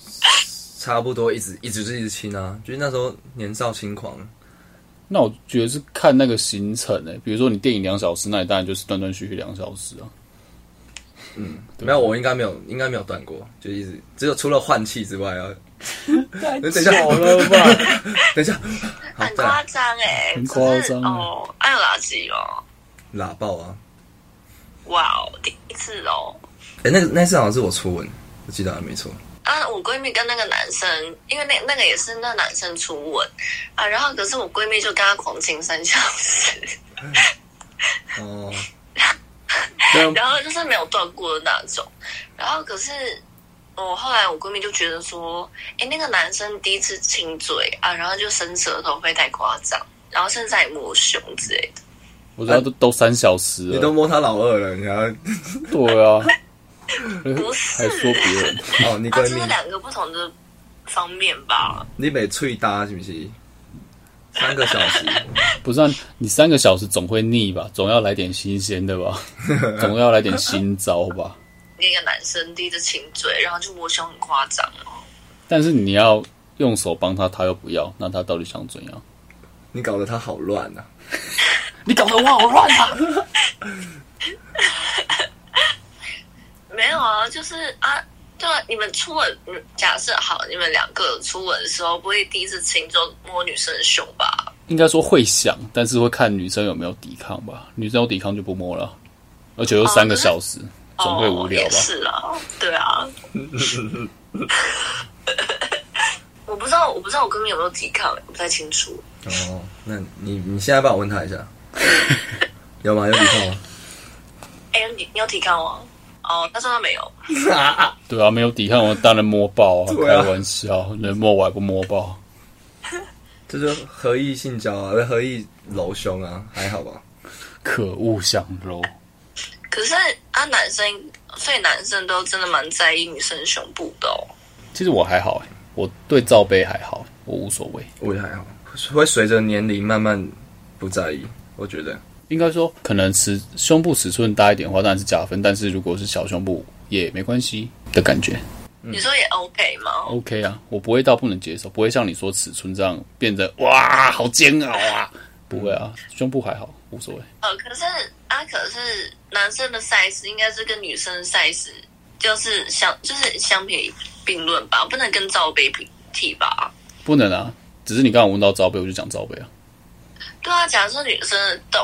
S2: 差不多一直一直就一直亲啊，就是那时候年少轻狂，
S1: 那我觉得是看那个行程诶、比如说你电影两小时，那你当然就是断断续续两小时啊。
S2: 嗯没有，我应该没有，应该没有断过，就一直只有除了换气之外
S3: [laughs]
S2: 啊。 [laughs] 等一下，
S1: 了吧？
S2: 等一下，好
S3: 很
S2: 再来
S3: 夸张哎，
S1: 啊很夸张
S3: 就是
S1: 欸
S3: 哦！爱有垃圾哦，
S2: 喇爆啊！
S3: 哇哦，第一次哦。
S2: 哎、那个那次好像是我初吻，我记得还没错。
S3: 啊，我闺蜜跟那个男生，因为那那个也是那男生初吻啊，然后可是我闺蜜就跟他狂亲三小时，
S2: 哦，
S3: 然后就是没有断过的那种，然后可是我后来我闺蜜就觉得说，哎，那个男生第一次亲嘴啊，然后就伸舌头会太夸张，然后甚至还摸胸之类的，
S1: [laughs] 我知道都都三小时
S2: 你都
S1: 了，
S2: 摸他老二了，你还 [laughs]
S1: 对啊，
S3: 不是
S1: 还说别人，
S2: 哦，你
S3: 啊，
S2: 闺
S3: 这是
S2: 蜜，
S3: 两个不同的方面吧。
S2: 你每脆搭是不是？三个小时，
S1: 不是、啊、你三个小时总会腻吧？总要来点新鲜的
S2: [laughs]
S1: 吧？总要来点新招吧？
S3: 那个男生第一次亲嘴，然后就摸胸很夸张哦，
S1: 但是你要用手帮他，他又不要，那他到底想怎样？
S2: 你搞得他好乱啊！
S1: 你搞得我好乱啊！
S3: 没有啊，就是啊。对啊，你们初吻，嗯假设好，你们两个初吻的时候，不会第一次亲就摸女生的胸吧？
S1: 应该说会想，但是会看女生有没有抵抗吧。女生有抵抗就不摸了，而且又三个小时，总会无聊
S3: 哦、也
S1: 吧？
S3: 是啊，对啊。
S1: [laughs]
S3: 我不知道，我不知道我闺蜜有没有抵抗，我不太清楚。
S2: 哦，那你你现在帮我问他一下， [laughs] 有吗？有礼貌吗？
S3: 哎、你你有抵抗吗？哦，他说他没有。
S1: 对啊，没有抵抗我当然摸爆啊，
S2: 对啊
S1: 开玩笑，能摸我还不摸爆？
S2: 这就合意性交啊，合意揉胸啊，还好吧？
S1: 可恶，想揉。
S3: 可是啊，男生所以男生都真的蛮在意女生胸部的哦。
S1: 其实我还好、欸，我对罩杯还好，我无所谓。
S2: 我也还好，会随着年龄慢慢不在意，我觉得。
S1: 应该说，可能尺胸部尺寸大一点的话，当然是加分；但是如果是小胸部也没关系的感觉。
S3: 你说也 OK 吗？
S1: OK 啊，我不会到不能接受，不会像你说尺寸这样变得哇好煎熬啊，不会啊，胸部还好，无所谓。
S3: 呃，可是啊，可是男生的 size 应该是跟女生的 size 就是相就是相比并论吧，不能跟罩杯比提吧？
S1: 不能啊，只是你刚刚问到罩杯，我就讲罩杯啊。
S3: 对啊，假如说女生的洞，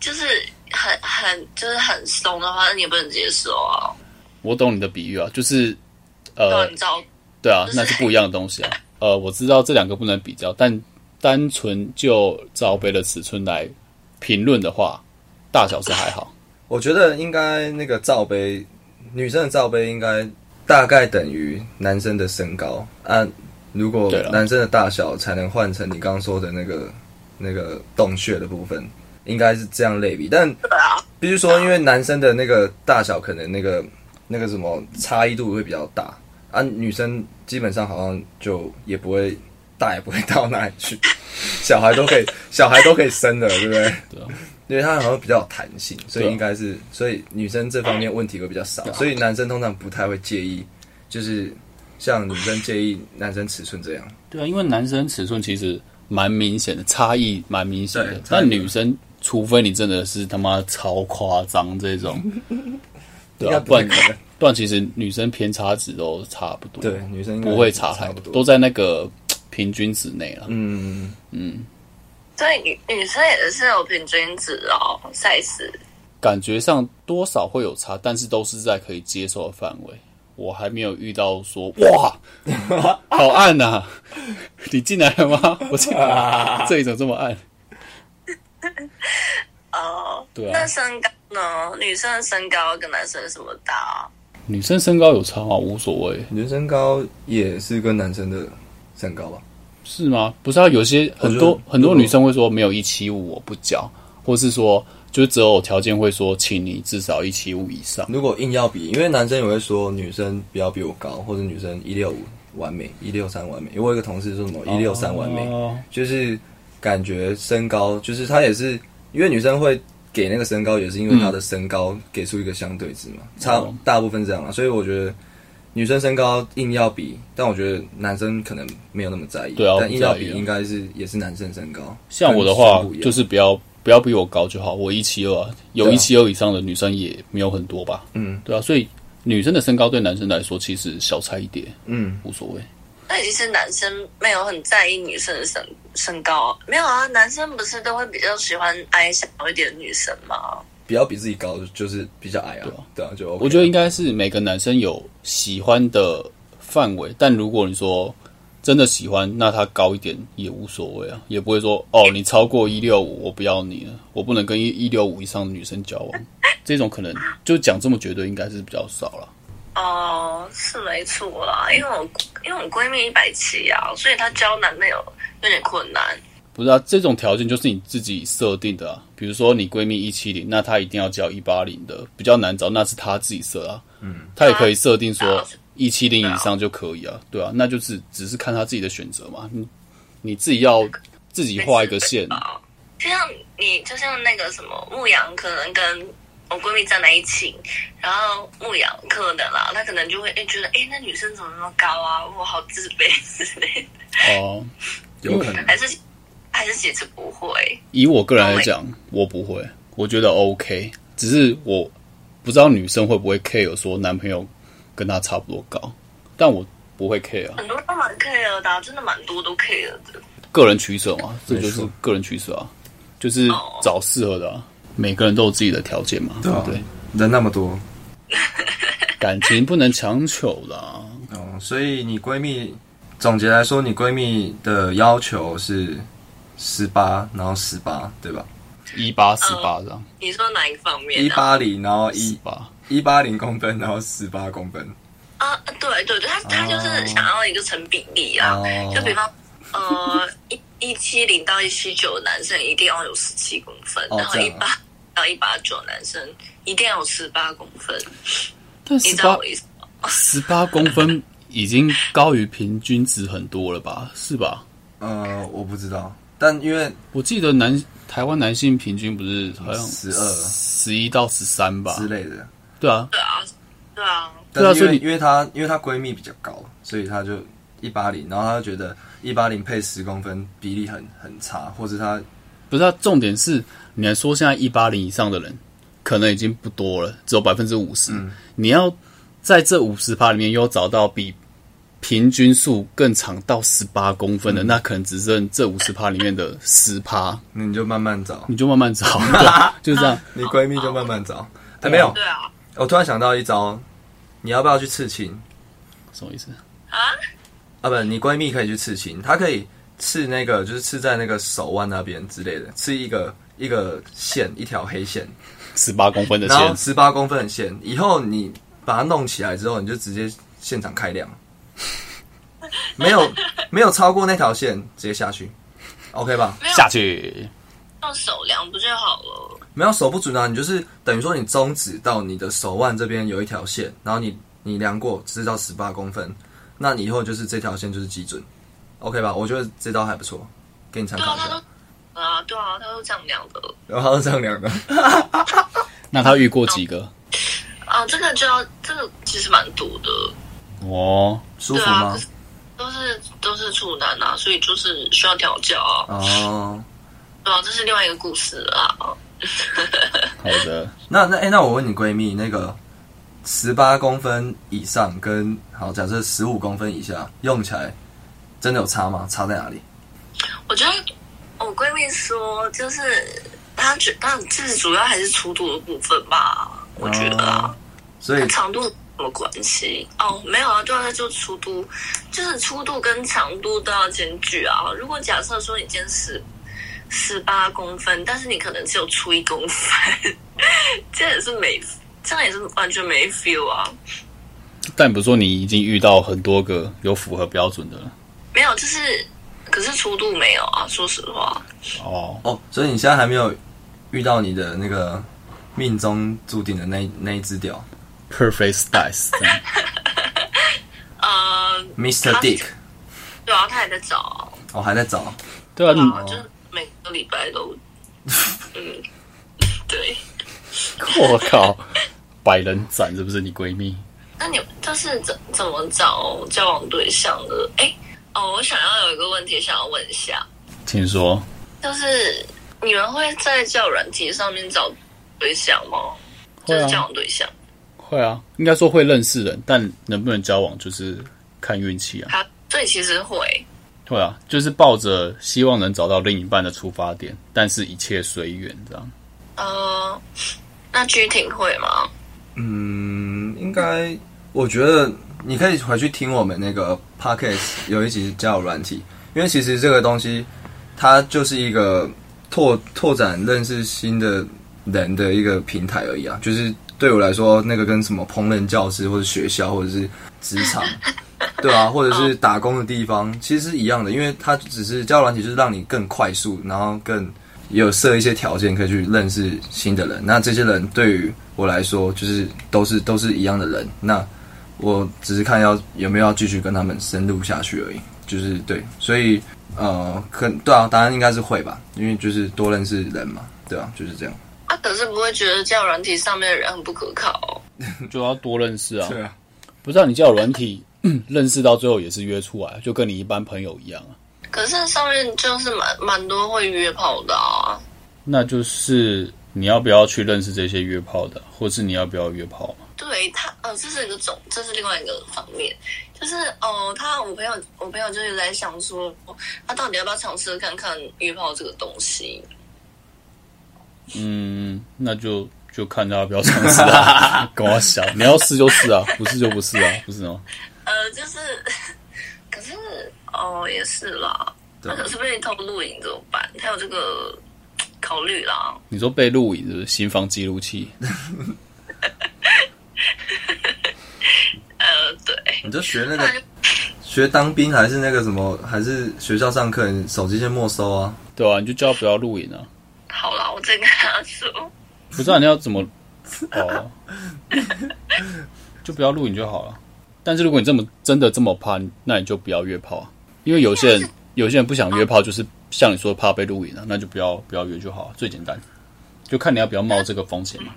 S3: 就是很很就是很松的话，那你也不能接受啊。
S1: 我懂你的比喻啊，就是
S3: 对，
S1: 呃
S3: 你，知道，
S1: 对啊
S3: 就，是
S1: 那是不一样的东西啊。呃，我知道这两个不能比较，但单纯就罩杯的尺寸来评论的话，大小是还好。
S2: 我觉得应该那个罩杯，女生的罩杯应该大概等于男生的身高啊。如果
S1: 对了
S2: 男生的大小才能换成你刚刚说的那个那个洞穴的部分，应该是这样类比。但
S3: 对啊，
S2: 必须说，因为男生的那个大小可能那个那个什么差异度会比较大啊，女生基本上好像就也不会大，也不会到哪里去，小孩都可以，小孩都可以生的，对不对？
S1: 对啊
S2: 因为它好像比较有弹性，所以
S1: 对啊啊
S2: 应该是，所以女生这方面问题会比较少，所以男生通常不太会介意，就是像女生介意男生尺寸这样。
S1: [coughs] 对啊，因为男生尺寸其实蛮明显的，差异蛮明显
S2: 对
S1: 的。
S2: 差异
S1: 但女生，除非你真的是他妈超夸张这 [laughs] 种，对
S2: 应该
S1: 啊，
S2: 不
S1: 不
S2: 太
S1: 然
S2: 可能
S1: 不然其实女生偏差值都差不多，
S2: 对，，女生应该
S1: 不会差太
S2: 差不
S1: 多，
S2: 多，
S1: 都在那个平均值内了。
S2: 嗯，
S3: 所以女女生也是有平均值哦，size。
S1: 感觉上多少会有差，但是都是在可以接受的范围。我还没有遇到说
S2: [laughs]
S1: 哇，好暗呐、 [laughs] 你进来了
S2: [laughs]
S1: 吗？我进来了，这里怎么这么暗？
S3: [laughs] 哦，
S1: 对啊
S3: 那身高呢？女生的身高跟男生有什么大啊？
S1: 女生身高有差吗？无所谓，
S2: 女生身高也是跟男生的身高吧。
S1: 是吗？不是啊，有些
S2: 我觉得
S1: 很多很多
S2: 如果
S1: 女生会说没有一七五我不交，或是说就是择偶条件会说，请你至少一七五以上。
S2: 如果硬要比，因为男生也会说女生不要比我高，或者女生一六五完美，一六三完美。因为我有一个同事说什么一六三完美，
S1: 哦
S2: 就是感觉身高，就是她也是因为女生会给那个身高，也是因为她的身高给出一个相对值嘛，差
S1: 哦
S2: 大部分这样啦。所以我觉得女生身高硬要比，但我觉得男生可能没有那么在意，
S1: 对啊
S2: 但硬要比
S1: 不在意啊
S2: 应该是也是男生身高。
S1: 像我的话
S2: 跟胸部一，样嗯
S1: 就是不要不要比我高就好，我一七二啊，有
S2: 对
S1: 一
S2: 啊
S1: 七二以上的女生也没有很多吧？
S2: 嗯
S1: 对啊，所以女生的身高对男生来说其实小菜一碟，
S2: 嗯，
S1: 无所谓。
S3: 那其实男生没有很在意女生的身身高啊，没有啊，男生不是都会比较喜欢矮小一点的女生吗？
S2: 不要比自己高，就是比较矮啊，对啊，就 OK
S1: 我觉得应
S2: 该
S1: 该是每个男生有喜欢的范围，但如果你说真的喜欢，那他高一点也无所谓啊，也不会说哦，你超过一六五，我不要你了，我不能跟一一六五以上的女生交往。这种可能就讲这么绝对，应该是比较少了。
S3: 哦，是没错啦，因为我因为我闺蜜一百七啊，所以她交男朋友有点困难。
S1: 不是啊，这种条件就是你自己设定的啊。比如说你闺蜜一七零，那她一定要交一八零的，比较难找，那是她自己设啊。嗯，她也可以设定说一七零以上就可以啊，对啊，那就是只是看她自己的选择嘛。你你自己要自己画一个
S3: [laughs]
S1: 线，
S3: 啊，就像你，就像那个什么牧羊，可能跟我闺蜜站在一起，然后牧羊可能啦，她可能就会哎觉得哎那女生怎么那么高啊， [laughs] 我好自卑之类的，
S1: 哦。
S2: 有可能。
S3: 还是还是其实不会。
S1: 以我个人来讲，我不会，我觉得 OK，只是我不知道女生会不会 care 说男朋友跟她差不多高，但我不会 care 啊，
S3: 很多都蛮 care 的啊、真的蛮多都 care 的。
S1: 个人取舍嘛，这就是
S2: 没错
S1: 个人取舍啊，就是
S3: 哦
S1: 找适合的啊。每个人都有自己的条件嘛，对
S2: 啊
S1: 不对？
S2: 人那么多，
S1: 感情不能强求啦。
S2: 哦，所以你闺蜜总结来说，你闺蜜的要求是十八，然后十八，对吧？
S1: 一八四八这样，
S3: 你说哪一个方面、啊？
S2: 一八零，然后一
S1: 八
S2: 一八零公分，然后十八公分，
S3: 哦啊，对对对，他他就是想要一个成比例啊，
S2: 哦
S3: 就比方呃一一七零到一七九男生一定要有十七公分，
S2: 哦
S3: 然后
S2: 这
S3: 一
S2: 样
S3: 八到一八九男生一定要有十八公分，
S1: 但
S3: 你
S1: 十
S3: 知道
S1: 八
S3: 我意思吗？ [laughs]
S1: 十八公分已经高于平均值很多了吧？是吧？
S2: 呃，我不知道，但因为
S1: 我记得男台湾男性平均不是好像
S2: 12
S1: 十一到十三吧
S2: 之？类的，
S1: 对啊，
S3: 对啊，
S1: 对
S3: 对啊，
S1: 啊
S2: 但是因
S1: 所以
S2: 为
S1: 你
S2: 因为她因为她闺蜜比较高，所以她就一八零，然后她就觉得一八零配十公分比例很很差，或者她
S1: 不是啊，重点是你来说现在一八零以上的人可能已经不多了，只有百分之五十。
S2: 嗯
S1: 你要在这五十趴里面又要找到比平均数更长到十八公分的，
S2: 嗯
S1: 那可能只剩这五十趴里面的十趴，
S2: 那你就慢慢找，
S1: 你就慢慢找，对
S2: [laughs]
S1: 啊就这样。
S2: 你闺蜜就慢慢找。哎，没有，
S3: 对啊，
S2: 我突然想到一招，你要不要去刺青？
S1: 什么意思？
S3: 啊，
S2: 啊，不，你闺蜜可以去刺青，她可以刺那个，就是刺在那个手腕那边之类的，刺一个一个线，一条黑线，
S1: 十八公分的
S2: 然后
S1: 线，
S2: 十八公分的线，以后你把它弄起来之后，你就直接现场
S3: [laughs]
S2: 开量，没有没有超过那条线，直接下去，OK 吧？
S3: 没有
S1: 下去。
S3: 用手量不就好了？
S2: 没有手不准啊，你就是等于说你中指到你的手腕这边有一条线，然后你你量过知道十八公分，那你以后就是这条线就是基准，OK 吧？我觉得这招还不错，给你参
S3: 对啊
S2: 考，一
S3: 他
S2: 下
S3: 都。啊，对啊，他都这样量的。
S2: 然后这样量的，
S1: 那他遇过几个？
S3: 啊，这个就要这个其实蛮多的，
S1: 哦，
S2: 舒
S3: 对
S2: 服
S3: 啊，
S2: 吗
S3: 可？是都是都是处男啊，所以就是需要调教啊。
S2: 哦，
S3: 对啊，这是另外一个故事啊。
S1: 好的，
S2: 那那哎、那我问你闺蜜，那个十八公分以上跟好假设十五公分以下用起来真的有差吗？差在哪里？
S3: 我觉得我闺蜜说，就是她觉她就是主要还是粗度的部分吧，
S2: 哦
S3: 我觉得啊，
S2: 所以
S3: 长度有什么关系？哦，没有啊，对啊，就粗度，就是粗度跟长度都要兼具啊。如果假设说你今天十十八公分，但是你可能只有粗一公分， [laughs] 这也是没，这样也是完全没 feel 啊。
S1: 但比如说你已经遇到很多个有符合标准的了。
S3: 没有，就是可是粗度没有啊，说实话。
S1: 哦，
S2: 哦，所以你现在还没有遇到你的那个命中注定的那那一只屌
S1: perfect size，这样
S3: 呃，
S2: ，Mr.
S3: 他
S2: Dick，
S3: 对啊，他也在找啊，
S2: 我、还在找。
S1: 对啊，
S3: 对啊，
S1: 你
S3: 就是每个礼拜
S1: [laughs]
S3: 都，嗯，对。
S1: [laughs] 我靠，百人斩是不是你闺蜜？
S3: 那你就是怎怎么找交往对象的？哎，哦，我想要有一个问题想要问一下，
S1: 听说
S3: 就是你们会在交友软体上面找对象吗？
S1: 会
S3: 就
S1: 啊
S3: 是交往对象，
S1: 会啊，应该说会认识人，但能不能交往就是看运气啊。
S3: 他所以其实会，
S1: 会啊，就是抱着希望能找到另一半的出发点，但是一切随缘这样。
S3: 呃，那居挺会吗？
S2: 嗯，应该，我觉得你可以回去听我们那个 podcast 有一集叫软体，因为其实这个东西它就是一个拓拓展认识新的人的一个平台而已啊。就是对我来说，那个跟什么烹饪教室或者学校或者是职场， [laughs] 对啊，或者是打工的地方，其实是一样的，因为它只是交友软体，就是让你更快速，然后更有设一些条件可以去认识新的人。那这些人对于我来说，就是都是都是一样的人。那我只是看要有没有要继续跟他们深入下去而已。就是对，所以呃，可对啊，答案应该是会吧，因为就是多认识人嘛，对啊，就是这样。
S3: 啊，可是不会觉得交友软体上面的人很不可靠哦、
S1: 就要多认识啊，
S2: 啊，
S1: 不知道你交友软体 [coughs] 认识到最后也是约出来，就跟你一般朋友一样啊。
S3: 可是上面就是蛮蛮多会约炮的啊，
S1: 那就是你要不要去认识这些约炮的，或是你要不要约炮嘛？
S3: 对他，呃，这是一个种，这是另外一个方面，就是哦，他我朋友，我朋友就是在想说，他到底要不要尝试看看约炮这个东西？
S1: 嗯，那就就看他要不要尝试 [laughs] 啊，跟我想，你要试就试啊，不是就不是啊，不是吗？
S3: 呃，就是，可是哦，也是啦，
S2: 对
S3: 那
S2: 啊
S3: 可是被偷录影怎么办？他有这个考虑啦，
S1: 你说被录影是不是新房记录器？
S3: 呃，对，
S2: 你就学那个
S3: 不然就
S2: 学当兵还是那个什么，还是学校上课，你手机先没收啊。
S1: 对啊，你就叫他不要录影啊，
S3: [laughs] 好了，我再跟他说。
S1: 不知道你要怎么 [laughs] 哦，就不要录影就好了。但是如果你这么真的这么怕，那你就不要约炮啊，因为有些人有些人不想约炮，就是像你说的怕被录影啊，那就不要不要约就好，啊最简单，就看你要不要冒这个风险嘛。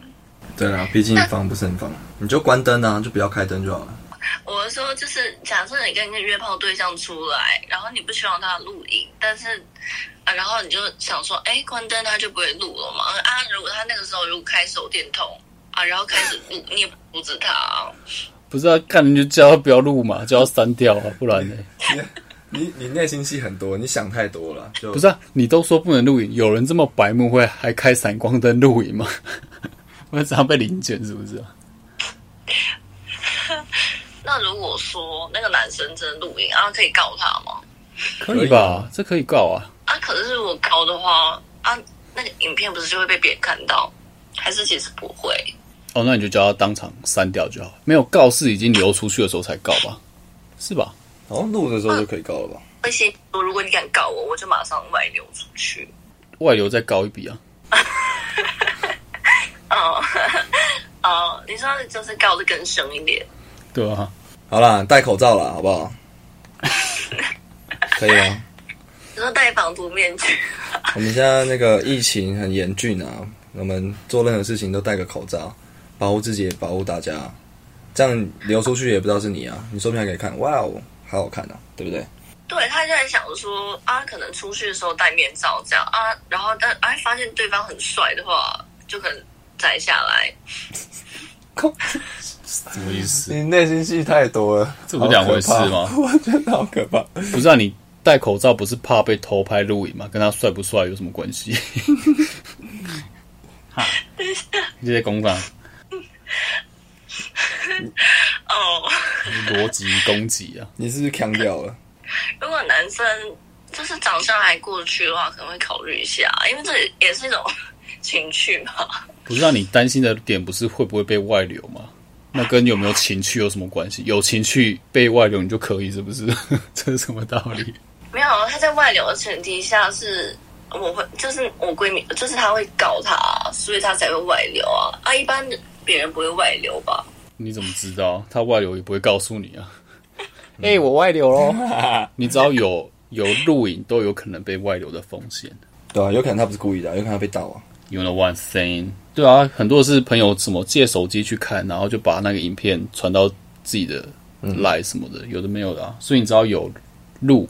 S2: 对啊啦，毕竟防不胜防，你就关灯啊，就不要开灯就好了。
S3: 我是说，就是假设你跟一个约炮对象出来，然后你不希望他录影，但是啊，然后你就想说，哎，关灯他就不会录了嘛？啊，如果他那个时候如果开手电筒啊，然后开始录，你也不阻止他、啊。
S1: 不是啊，看你就叫他不要录嘛，叫他删掉啊，不然呢？
S2: 你你内心戏很多，你想太多了。就
S1: 不是啊，你都说不能录影，有人这么白目会还开闪光灯录影吗？ [laughs] 我只要被零检是不是啊？
S3: 那如果说那个男生真的录影，啊，可以告他吗？
S1: 可
S2: 以
S1: 以吧？这可以告啊。
S3: 啊，可是如果告的话，啊，那个影片不是就会被别人看到？还是其实不会？
S1: 哦，那你就叫他当场删掉就好，没有告示已经流出去的时候才告吧，是吧？
S2: 好像哦录的时候就可以告了吧？
S3: 会先说，如果你敢告我，我就马上外流出去。
S1: 外流再告一笔啊，
S3: 哦， [laughs] 哦，你说的就是告的更凶一点。
S1: 对啊，
S2: 好啦，戴口罩啦，好不
S1: [laughs]
S2: 好？可以吗？
S3: 你说戴防毒面具， [laughs]
S2: 我们现在那个疫情很严峻啊，我们做任何事情都戴个口罩，保护自己，也保护大家。这样流出去也不知道是你啊，你说不定还可以看，哇哦，好好看啊，对不对？
S3: 对他就在想说啊，可能出去的时候戴面罩这样啊，然后但哎、发现对方很帅的话，就可能摘下来。
S1: 什么意思？
S2: 你内心戏太多了，
S1: 这不是两回事吗
S2: 好可怕 [laughs] 我觉得好可怕。
S1: 不是啊，你戴口罩不是怕被偷拍录影吗？跟他帅不帅有什么关系？ [laughs] 哈，你在攻防
S3: 哦，
S1: [laughs]
S3: [laughs]
S1: 逻辑攻击啊，
S2: 你是不是腔掉了？
S3: 如果男生就是长相还过去的话，可能会考虑一下，因为这也是一种 [laughs] 情趣嘛。 [laughs]
S1: 不是让、你担心的点不是会不会被外流吗？那跟有没有情趣有什么关系？有情趣被外流你就可以是不是？ [laughs] 这是什么道理？
S3: 没有，啊他在外流的前提下是，我会就是我闺蜜，就是她会搞他，所以她才会外流啊。啊，一般别人不会外流吧？
S1: 你怎么知道？他外流也不会告诉你啊。 [laughs] 哎、我外流喽！ [laughs] 你只要有有录影，都有可能被外流的风险。
S2: 对啊，有可能他不是故意的啊，有可能他被盗啊。
S1: You know one thing？对啊，很多是朋友什么借手机去看，然后就把那个影片传到自己的 line 什么的，有的没有的啊。所以你只要有录，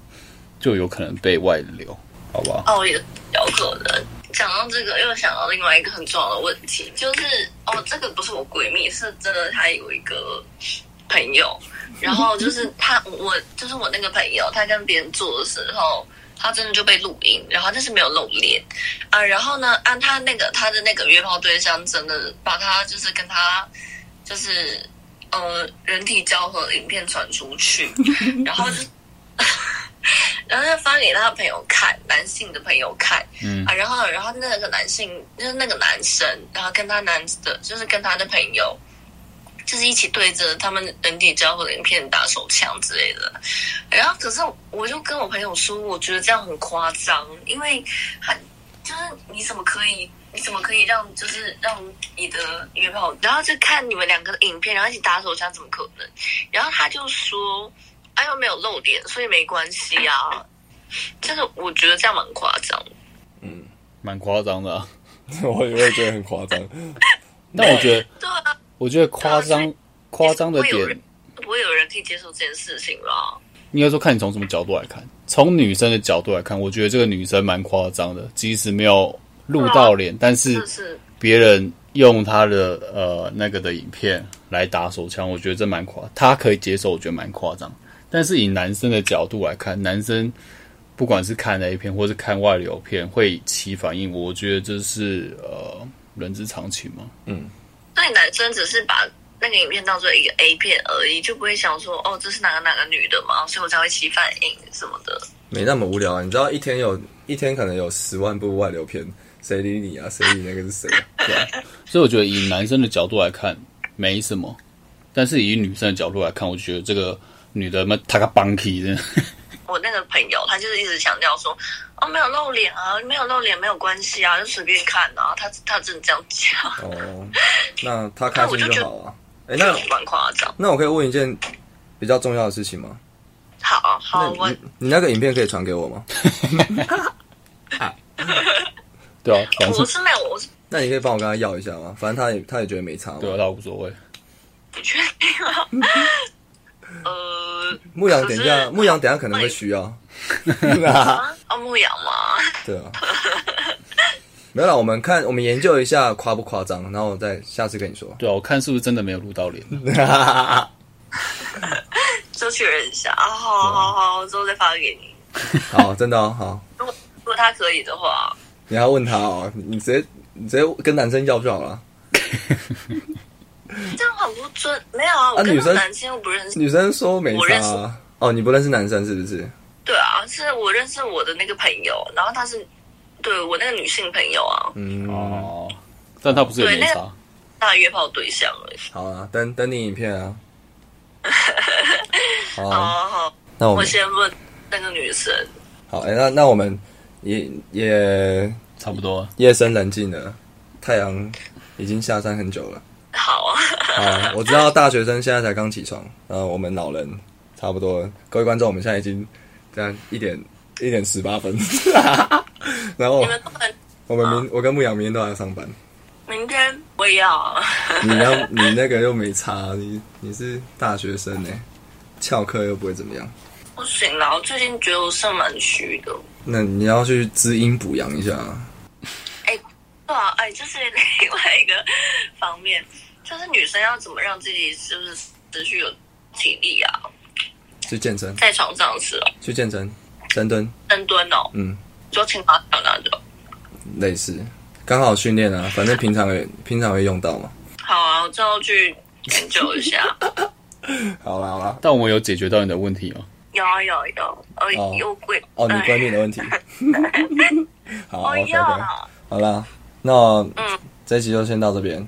S1: 就有可能被外流，好不好？
S3: 哦，也有可能。讲到这个，又想到另外一个很重要的问题，就是哦，这个不是我闺蜜，是真的，她有一个朋友，然后就是她，我就是我那个朋友，她跟别人做的时候，她真的就被录音，然后但是没有露脸啊，然后呢，按、她那个她的那个约炮对象，真的把她就是跟她就是呃人体交合影片传出去，然后就是。然后就发给他的朋友看，男性的朋友看，
S1: 嗯
S3: 啊，然后然后那个男性就是那个男生，然后跟他男的，就是跟他的朋友，就是一起对着他们人体交互的影片打手枪之类的。然后可是我就跟我朋友说，我觉得这样很夸张，因为他就是你怎么可以，你怎么可以让就是让你的女朋友，然后就看你们两个的影片，然后一起打手枪，怎么可能？然后他就说，哎又没有露脸，所以没关系啊。就是我觉得这样蛮夸张的。
S2: 嗯，
S1: 蛮夸张的、啊，
S2: [laughs] 我也会觉得很夸张。
S1: 但我觉得，
S3: 对啊，
S1: 我觉得夸张夸张的
S3: 不会有
S1: 点
S3: 人，不会有人可以接受这件事情啦。
S1: 应该说看你从什么角度来看。从女生的角度来看，我觉得这个女生蛮夸张的，即使没有录到脸，但是
S3: 哦就是
S1: 别人用她的呃那个的影片来打手枪，我觉得这蛮夸，她可以接受，我觉得蛮夸张。但是以男生的角度来看，男生不管是看 A 片或是看外流片，会起反应，我觉得这是呃人之常情嘛。
S3: 所以男生只是把那个影片当做一个 A 片而已，就不会想说哦，这是哪个哪个女的嘛，所以我才会起反应什么的。
S2: 没那么无聊啊，你知道一天有一天可能有十万部外流片，谁理你
S3: [laughs]
S2: 啊？谁理那个是谁啊？
S1: 所以我觉得以男生的角度来看，没什么。但是以女生的角度来看，我觉得这个女的嘛，她个 bunky
S2: [laughs]
S1: 真的。
S3: 我那个朋友，他就是一直强调说，哦，没有露脸啊，没有露脸没有关系啊，就随便看啊。他他真的这样讲，
S2: 哦，那他开心就好啊。哎、那
S3: 就 [laughs] 蛮夸张。
S2: 那我可以问一件比较重要的事情吗？
S3: 好好，
S2: 那
S3: 哦我
S2: 你你那个影片可以传给我吗？
S1: 对 [laughs] 啊，反
S3: 我
S1: 正
S3: 是没有，我是
S2: 那你可以帮我跟他要一下吗？反正他也他也觉得没差嘛。
S1: 对啊，倒无所谓。
S3: 不确定啊。
S2: 嗯
S3: 呃，
S2: 牧羊等一
S3: 可
S2: 下，
S3: 是
S2: 牧羊等一下可能会需要。
S3: 啊，哦牧羊嘛，
S2: [laughs] 对
S3: [laughs]
S2: 啊，没有啦，我们看我们研究一下夸不夸张，然后我再下次跟你说。
S3: [laughs]
S1: 对啊，我看是不是真的没有录到脸。
S2: 嗯
S3: 就确认一下啊。好好好
S2: 嗯
S3: 好，我之后再发给你。
S2: 好，真的哦，好，
S3: 如果如果他可以的话，
S2: 你还要问他哦，你直接你直接跟男生要就好了。
S3: 这样很不尊。没有啊，我
S2: 嗯啊
S3: 跟
S2: 女
S3: 那
S2: 生
S3: 个男生又不认识。
S2: 女生说没
S3: 我
S2: 差、
S3: 认
S2: 啊
S3: 识、
S2: 哦，你不认识男生是不是？
S3: 对啊，是我认识我的那个朋友，然后他是对我那个女性朋友啊，
S2: 嗯，
S1: 哦，但她不是也没
S3: 对那
S1: 差。
S3: 大约炮对象而已。
S2: 好啊，等等你影片啊。
S3: [laughs]
S2: 好啊，
S3: 哦，好，
S2: 那我
S3: 我
S2: 们
S3: 先问那个女生，
S2: 好，哎、那那我们也也
S1: 差不多了，啊
S2: 夜深人静了，太阳已经下山很久了。
S3: 好啊，
S2: 啊，我知道大学生现在才刚起床，呃，我们老人差不多了。各位观众，我们现在已经这样一点一点十八分， [laughs] 然后
S3: 你们根本
S2: 我们明我跟牧羊明天都还要上班。
S3: 明天我也要，啊
S2: 你要你那个又没差，你你是大学生呢、翘课又不会怎么样。
S3: 不行啦，我最近觉得我肾蛮虚的。
S2: 那你要去滋阴补阳一下啊，
S3: 对啊，哎，这是另外一个方面，就是女生要怎么让自己是不是持续有体力啊？
S2: 去健身，
S3: 在床上是哦，
S2: 去健身，深蹲，
S3: 深蹲哦，
S2: 嗯，
S3: 就青蛙跳那种。
S2: 类似，刚好训练啊，反正平常也平常会用到嘛。
S3: 好啊，我之后去研究一
S2: [laughs]
S3: 下。
S2: 好啦好啦，
S1: 但我们有解决到你的问题吗？
S3: 有啊有啊有啊，呃，
S2: 哦
S3: 又贵
S2: 哦，你闺蜜
S3: [laughs]
S2: 的问题。好
S3: 哦
S2: ，OK
S3: 要
S2: OK。
S3: 啊，
S2: 好啦，那
S3: 嗯
S2: 这一集就先到这边，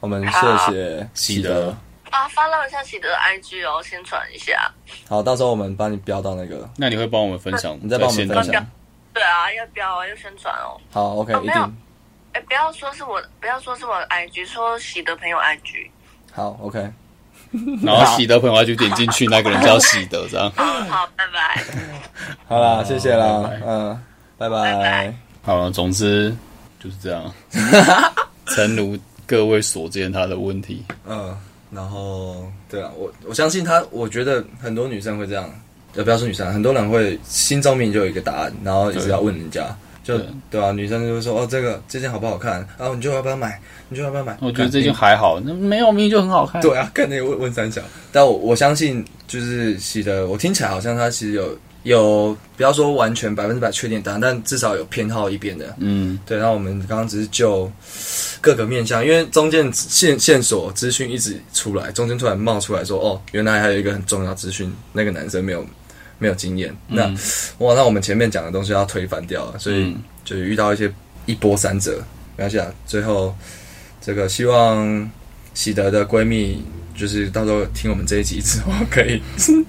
S2: 我们
S3: 好
S2: 谢谢
S1: 喜
S2: 喜
S1: 德
S2: 德。
S3: 啊，发到一下喜德的 IG 哦，先传一下。
S2: 好，到时候我们帮你标到那个，
S1: 那你会帮我们分享？
S2: 你再帮我们
S1: 现
S2: 分
S1: 场
S2: 享。
S3: 对啊，要不要啊？要宣传哦。
S2: 好，OK，
S3: 哦
S2: 一
S3: 没有
S2: 定。
S3: 哎，不要说是我，不要说是我的 IG，说喜德朋友 IG。
S2: 好，OK，
S1: 然后喜德朋友要去点进去，那个人叫喜德，这
S2: [laughs]
S1: 样。
S3: 好好，拜拜。
S2: 好啦，谢谢啦
S1: 拜拜，
S2: 嗯，哦拜
S3: 拜
S2: 拜
S3: 拜。
S1: 好了，总之就是这
S2: [laughs]
S1: 样。诚如各位所见，他的问题，
S2: 嗯，然后对啊，我我相信他，我觉得很多女生会这样，呃，不要说女生，很多人会心中明就有一个答案，然后一直要问人家，就
S1: 对
S2: 对啊，女生就会说哦，这个这件好不好看？啊，你就要不要买？你就要不要买？
S1: 我觉得
S2: 干
S1: 这件还好，那没有明明就很好看。
S2: [laughs] 对啊，跟那个问问三小，但我我相信就是喜的，我听起来好像他其实有有，不要说完全百分之百确定答案，但至少有偏好一边的。
S1: 嗯，
S2: 对，那我们刚刚只是就各个面向，因为中间线线索资讯一直出来，中间突然冒出来说，哦，原来还有一个很重要资讯，那个男生没有没有经验。那、哇，那我们前面讲的东西要推翻掉了，所以
S1: 嗯
S2: 就遇到一些一波三折。没关系啊，最后这个希望喜德的闺蜜就是到时候听我们这一集之后，可以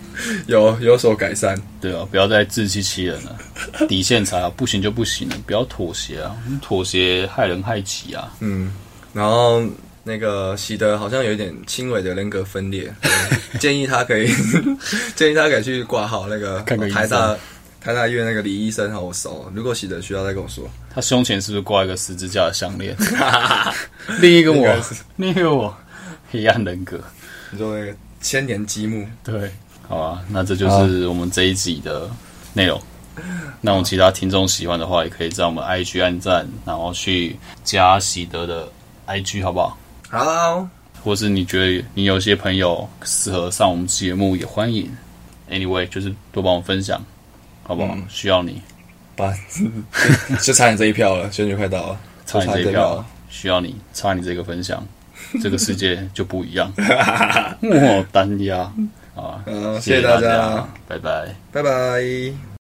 S2: [laughs] 有有所改善。
S1: 对啊，不要再自欺欺人了， [laughs] 底线才好，不行就不行了，不要妥协啊，妥协害人害己啊。
S2: 嗯，然后那个喜德好像有一点轻微的人格分 [laughs] 裂，对建议他可以 [laughs] 建议他可以去挂号那个
S1: 看个医生
S2: 台大台大医院那个李医生和我熟，如果喜德需要再跟我 [laughs] 说。
S1: 他胸前是不是挂一个十字架的项链？ [laughs] 另一个
S2: 应
S1: 我
S2: 该是，
S1: [laughs] 另一个我，黑暗人格。
S2: 你说那个千年积木，
S1: 对，好啊，那这就是我们这一集的内容。那我们其他听众喜欢的话，也可以在我们 IG 按赞，然后去加喜德的 IG，好不好？
S2: 好，
S1: 或是你觉得你有些朋友适合上我们节目，也欢迎。Anyway，就是多帮我分享，好不好？
S2: 嗯
S1: 需要你，
S2: 把 [laughs] 就差你这一票了，选举快到了，
S1: 差
S2: 就
S1: 你这一
S2: 一
S1: 票
S2: 了，，
S1: 需要你，差你这个分
S2: [laughs]
S1: 享，这个世界就不一样。哇，单压啊！
S2: 嗯，
S1: 谢啊谢
S2: 谢谢
S1: 大
S2: 大
S1: 家
S2: 家，，
S1: 拜拜。
S2: 拜拜。